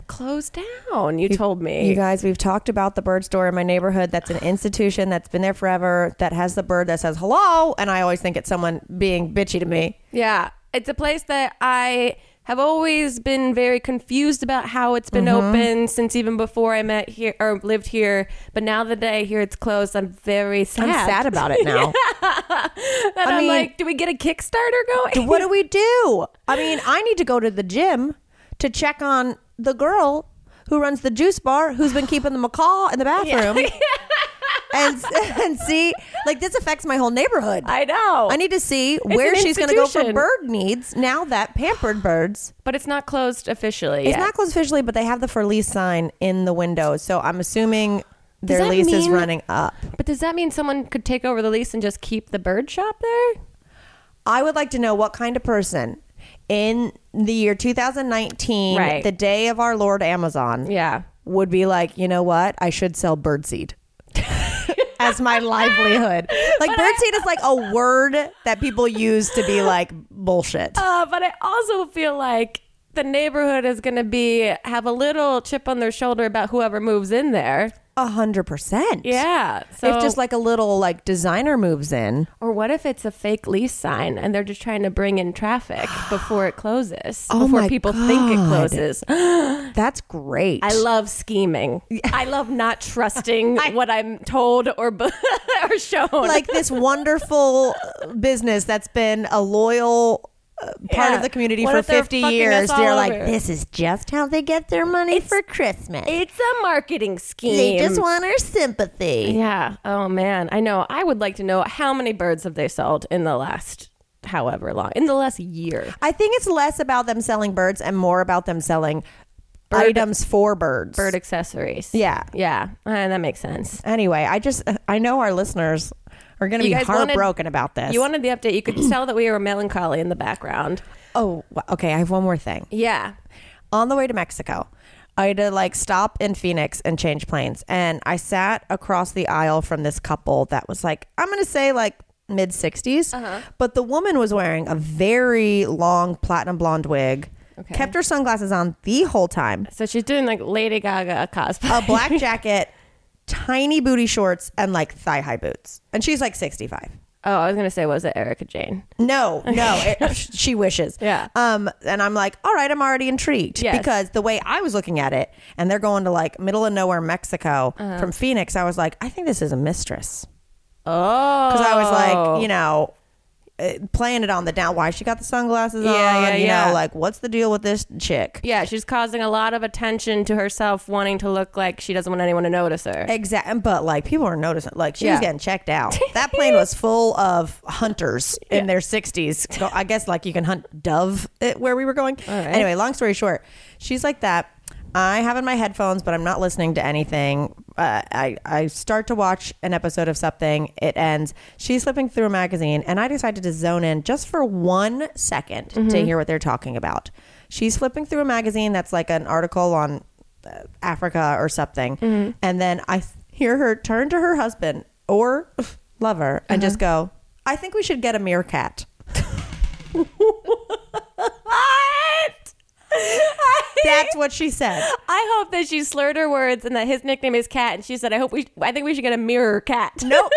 [SPEAKER 4] Closed down. You, told me.
[SPEAKER 2] You guys, we've talked about the bird store in my neighborhood. That's an institution that's been there forever. That has the bird that says hello, and I always think it's someone being bitchy to me.
[SPEAKER 4] yeah, it's a place that I have always been very confused about how it's been open since even before I met here or lived here. But now that I hear it's closed, I'm very sad.
[SPEAKER 2] I'm sad about it now.
[SPEAKER 4] And
[SPEAKER 2] I
[SPEAKER 4] I'm
[SPEAKER 2] mean-
[SPEAKER 4] like, do we get a Kickstarter going?
[SPEAKER 2] what do we do? I mean, I need to go to the gym to check on the girl who runs the juice bar who's been keeping the macaw in the bathroom. and and see, like this affects my whole neighborhood.
[SPEAKER 4] I know.
[SPEAKER 2] I need to see where
[SPEAKER 4] an
[SPEAKER 2] she's going to go for
[SPEAKER 4] institution.
[SPEAKER 2] bird needs now that pampered birds.
[SPEAKER 4] But it's not closed officially
[SPEAKER 2] It's
[SPEAKER 4] yet.
[SPEAKER 2] not closed officially, but they have the for lease sign in the window. So I'm assuming their
[SPEAKER 4] that
[SPEAKER 2] lease is
[SPEAKER 4] mean-
[SPEAKER 2] running up.
[SPEAKER 4] but does that mean someone could take over the lease and just keep the bird shop there?
[SPEAKER 2] I would like to know what kind of person in the year 2019,
[SPEAKER 4] Right.
[SPEAKER 2] the day of our Lord Amazon,
[SPEAKER 4] Yeah.
[SPEAKER 2] would be like, you know what? I should sell birdseed as my livelihood. Like birdseed is like a word that people use to be like bullshit.
[SPEAKER 4] Uh, but I also feel like the neighborhood is going to be have a little chip on their shoulder about whoever moves in there.
[SPEAKER 2] A hundred percent.
[SPEAKER 4] Yeah. So
[SPEAKER 2] If just like a little like designer moves in.
[SPEAKER 4] or what if it's a fake lease sign and they're just trying to bring in traffic before it closes,
[SPEAKER 2] Oh
[SPEAKER 4] before
[SPEAKER 2] my
[SPEAKER 4] people think it
[SPEAKER 2] God.
[SPEAKER 4] closes.
[SPEAKER 2] That's great.
[SPEAKER 4] I love scheming. I love not trusting what I'm told or b- or shown.
[SPEAKER 2] like this wonderful business that's been a loyal uh, part
[SPEAKER 4] Yeah.
[SPEAKER 2] of the community
[SPEAKER 4] What
[SPEAKER 2] for
[SPEAKER 4] if they're
[SPEAKER 2] 50
[SPEAKER 4] fucking
[SPEAKER 2] years.
[SPEAKER 4] us all
[SPEAKER 2] They're like,
[SPEAKER 4] over?
[SPEAKER 2] this is just how they get their money for Christmas.
[SPEAKER 4] it's a marketing scheme.
[SPEAKER 2] they just want our sympathy.
[SPEAKER 4] Yeah. Oh man, I know. I would like to know how many birds have they sold in the last however long in the last year.
[SPEAKER 2] I think it's less about them selling birds and more about them selling items for birds.
[SPEAKER 4] Bird accessories.
[SPEAKER 2] Yeah.
[SPEAKER 4] Yeah. Uh, that makes sense.
[SPEAKER 2] Anyway, I just, I know our listeners are going to be
[SPEAKER 4] wanted-
[SPEAKER 2] heartbroken about this.
[SPEAKER 4] You wanted the update. You could tell that we were melancholy in the background.
[SPEAKER 2] Oh, wa- okay. I have one more thing.
[SPEAKER 4] Yeah.
[SPEAKER 2] On the way to Mexico, I had to like stop in Phoenix and change planes. And I sat across the aisle from this couple that was like, I'm going to say like mid 60s.
[SPEAKER 4] Uh-huh.
[SPEAKER 2] But the woman was wearing a very long platinum blonde wig,
[SPEAKER 4] Okay.
[SPEAKER 2] kept her sunglasses on the whole time,
[SPEAKER 4] So she's doing like Lady Gaga cosplay.
[SPEAKER 2] a black jacket, tiny booty shorts, and like thigh high boots. And she's like 65.
[SPEAKER 4] oh, I was gonna say, was it Erica Jane?
[SPEAKER 2] No, no, it, she wishes.
[SPEAKER 4] Yeah.
[SPEAKER 2] Um, and I'm like, all right, I'm already intrigued
[SPEAKER 4] Yes.
[SPEAKER 2] because the way I was looking at it, and they're going to like middle of nowhere Mexico
[SPEAKER 4] Uh-huh.
[SPEAKER 2] from Phoenix. I was like, I think this is a mistress
[SPEAKER 4] Oh,
[SPEAKER 2] because I was like, you know, uh, playing it on the down. Why she got the sunglasses
[SPEAKER 4] Yeah,
[SPEAKER 2] on?
[SPEAKER 4] yeah,
[SPEAKER 2] you
[SPEAKER 4] yeah.
[SPEAKER 2] know, like what's the deal with this chick?
[SPEAKER 4] yeah, she's causing a lot of attention to herself, wanting to look like she doesn't want anyone to notice her.
[SPEAKER 2] Exactly, but like people are noticing. Like she was
[SPEAKER 4] Yeah.
[SPEAKER 2] getting checked out. That plane was full of hunters in their sixties. I guess like you can hunt dove at where we were going.
[SPEAKER 4] right.
[SPEAKER 2] Anyway, long story short, she's like that. I have in my headphones, but I'm not listening to anything. Uh, I I start to watch an episode of something. It ends. She's flipping through a magazine, and I decided to zone in just for one second to
[SPEAKER 4] Mm-hmm.
[SPEAKER 2] hear what they're talking about. She's flipping through a magazine that's like an article on uh, Africa or something. And then I th- hear her turn to her husband or lover and just go, I think we should get a meerkat.
[SPEAKER 4] What?
[SPEAKER 2] That's what she said.
[SPEAKER 4] I hope that she slurred her words and that his nickname is Cat, and she said, "I hope we, I think we should get a mirror cat."
[SPEAKER 2] Nope.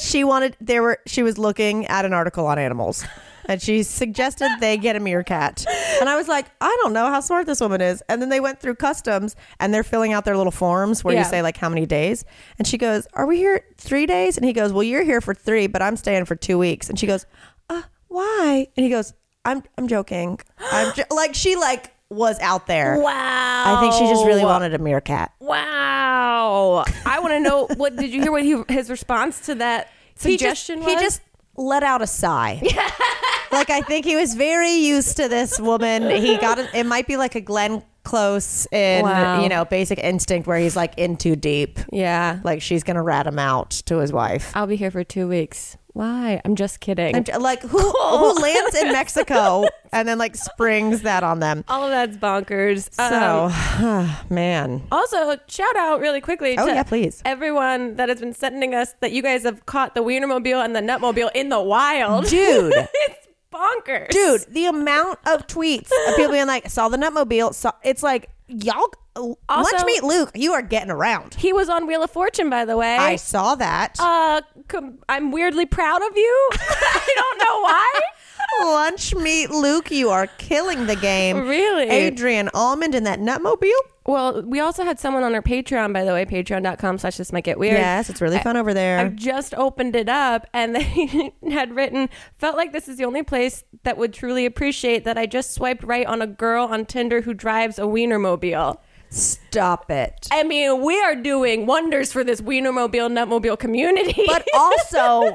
[SPEAKER 2] she wanted, they were, she was looking at an article on animals and she suggested they get a meerkat. And I was like, I don't know how smart this woman is. And then they went through customs and they're filling out their little forms where you
[SPEAKER 4] Yeah.
[SPEAKER 2] say, like, how many days? And she goes, Are we here three days? And he goes, Well, you're here for three, but I'm staying for two weeks. And she goes, uh, Why? And he goes, I'm, I'm joking. I'm jo-. like, she like was out there.
[SPEAKER 4] Wow.
[SPEAKER 2] I think she just really wanted a meerkat.
[SPEAKER 4] Wow. I want to know what did you hear? What he, his response to that suggestion
[SPEAKER 2] he just,
[SPEAKER 4] was?
[SPEAKER 2] He just let out a sigh. like I think he was very used to this woman. He got it. It might be like a Glenn Close in
[SPEAKER 4] Wow.
[SPEAKER 2] you know Basic Instinct, where he's like in too deep.
[SPEAKER 4] yeah.
[SPEAKER 2] Like she's gonna rat him out to his wife.
[SPEAKER 4] I'll be here for two weeks. Why? I'm just kidding.
[SPEAKER 2] I'm j- like who who lands in Mexico and then like springs that on them.
[SPEAKER 4] All of that's bonkers.
[SPEAKER 2] So
[SPEAKER 4] Um,
[SPEAKER 2] man,
[SPEAKER 4] also, shout out really quickly
[SPEAKER 2] Oh,
[SPEAKER 4] to
[SPEAKER 2] yeah, please.
[SPEAKER 4] everyone that has been sending us that you guys have caught the Wienermobile and the Nutmobile in the wild.
[SPEAKER 2] dude.
[SPEAKER 4] it's bonkers.
[SPEAKER 2] dude the amount of tweets of people being like saw the nutmobile saw, it's like y'all
[SPEAKER 4] Also-
[SPEAKER 2] let's meet luke you are getting around
[SPEAKER 4] He was on Wheel of Fortune, by the way.
[SPEAKER 2] i saw that
[SPEAKER 4] uh, com- I'm weirdly proud of you. I don't know why.
[SPEAKER 2] lunch meet luke you are killing the game
[SPEAKER 4] Really?
[SPEAKER 2] adrian almond in that nutmobile
[SPEAKER 4] Well, we also had someone on our Patreon, by the way, patreon.com slash this might get weird.
[SPEAKER 2] yes it's really fun over there
[SPEAKER 4] I've just opened it up and they had written, felt like this is the only place that would truly appreciate that I just swiped right on a girl on Tinder who drives a Wienermobile.
[SPEAKER 2] stop it
[SPEAKER 4] I mean, we are doing wonders for this Wienermobile, Nutmobile community.
[SPEAKER 2] but also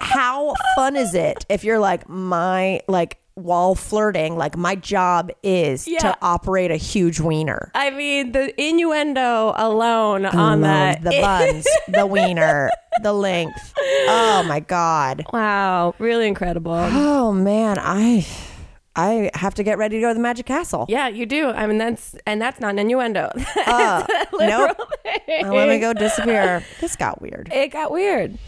[SPEAKER 2] how fun is it if you're like my like while flirting like my job is
[SPEAKER 4] Yeah.
[SPEAKER 2] to operate a huge wiener
[SPEAKER 4] I mean, the innuendo alone on
[SPEAKER 2] Love
[SPEAKER 4] that.
[SPEAKER 2] the buns, the wiener, the length. Oh my god.
[SPEAKER 4] wow, really incredible.
[SPEAKER 2] Oh man, I I have to get ready to go to the Magic Castle.
[SPEAKER 4] Yeah, you do. I mean, that's and that's not an innuendo.
[SPEAKER 2] Uh, nope.
[SPEAKER 4] Literally.
[SPEAKER 2] I want to go disappear. This got weird.
[SPEAKER 4] It got weird.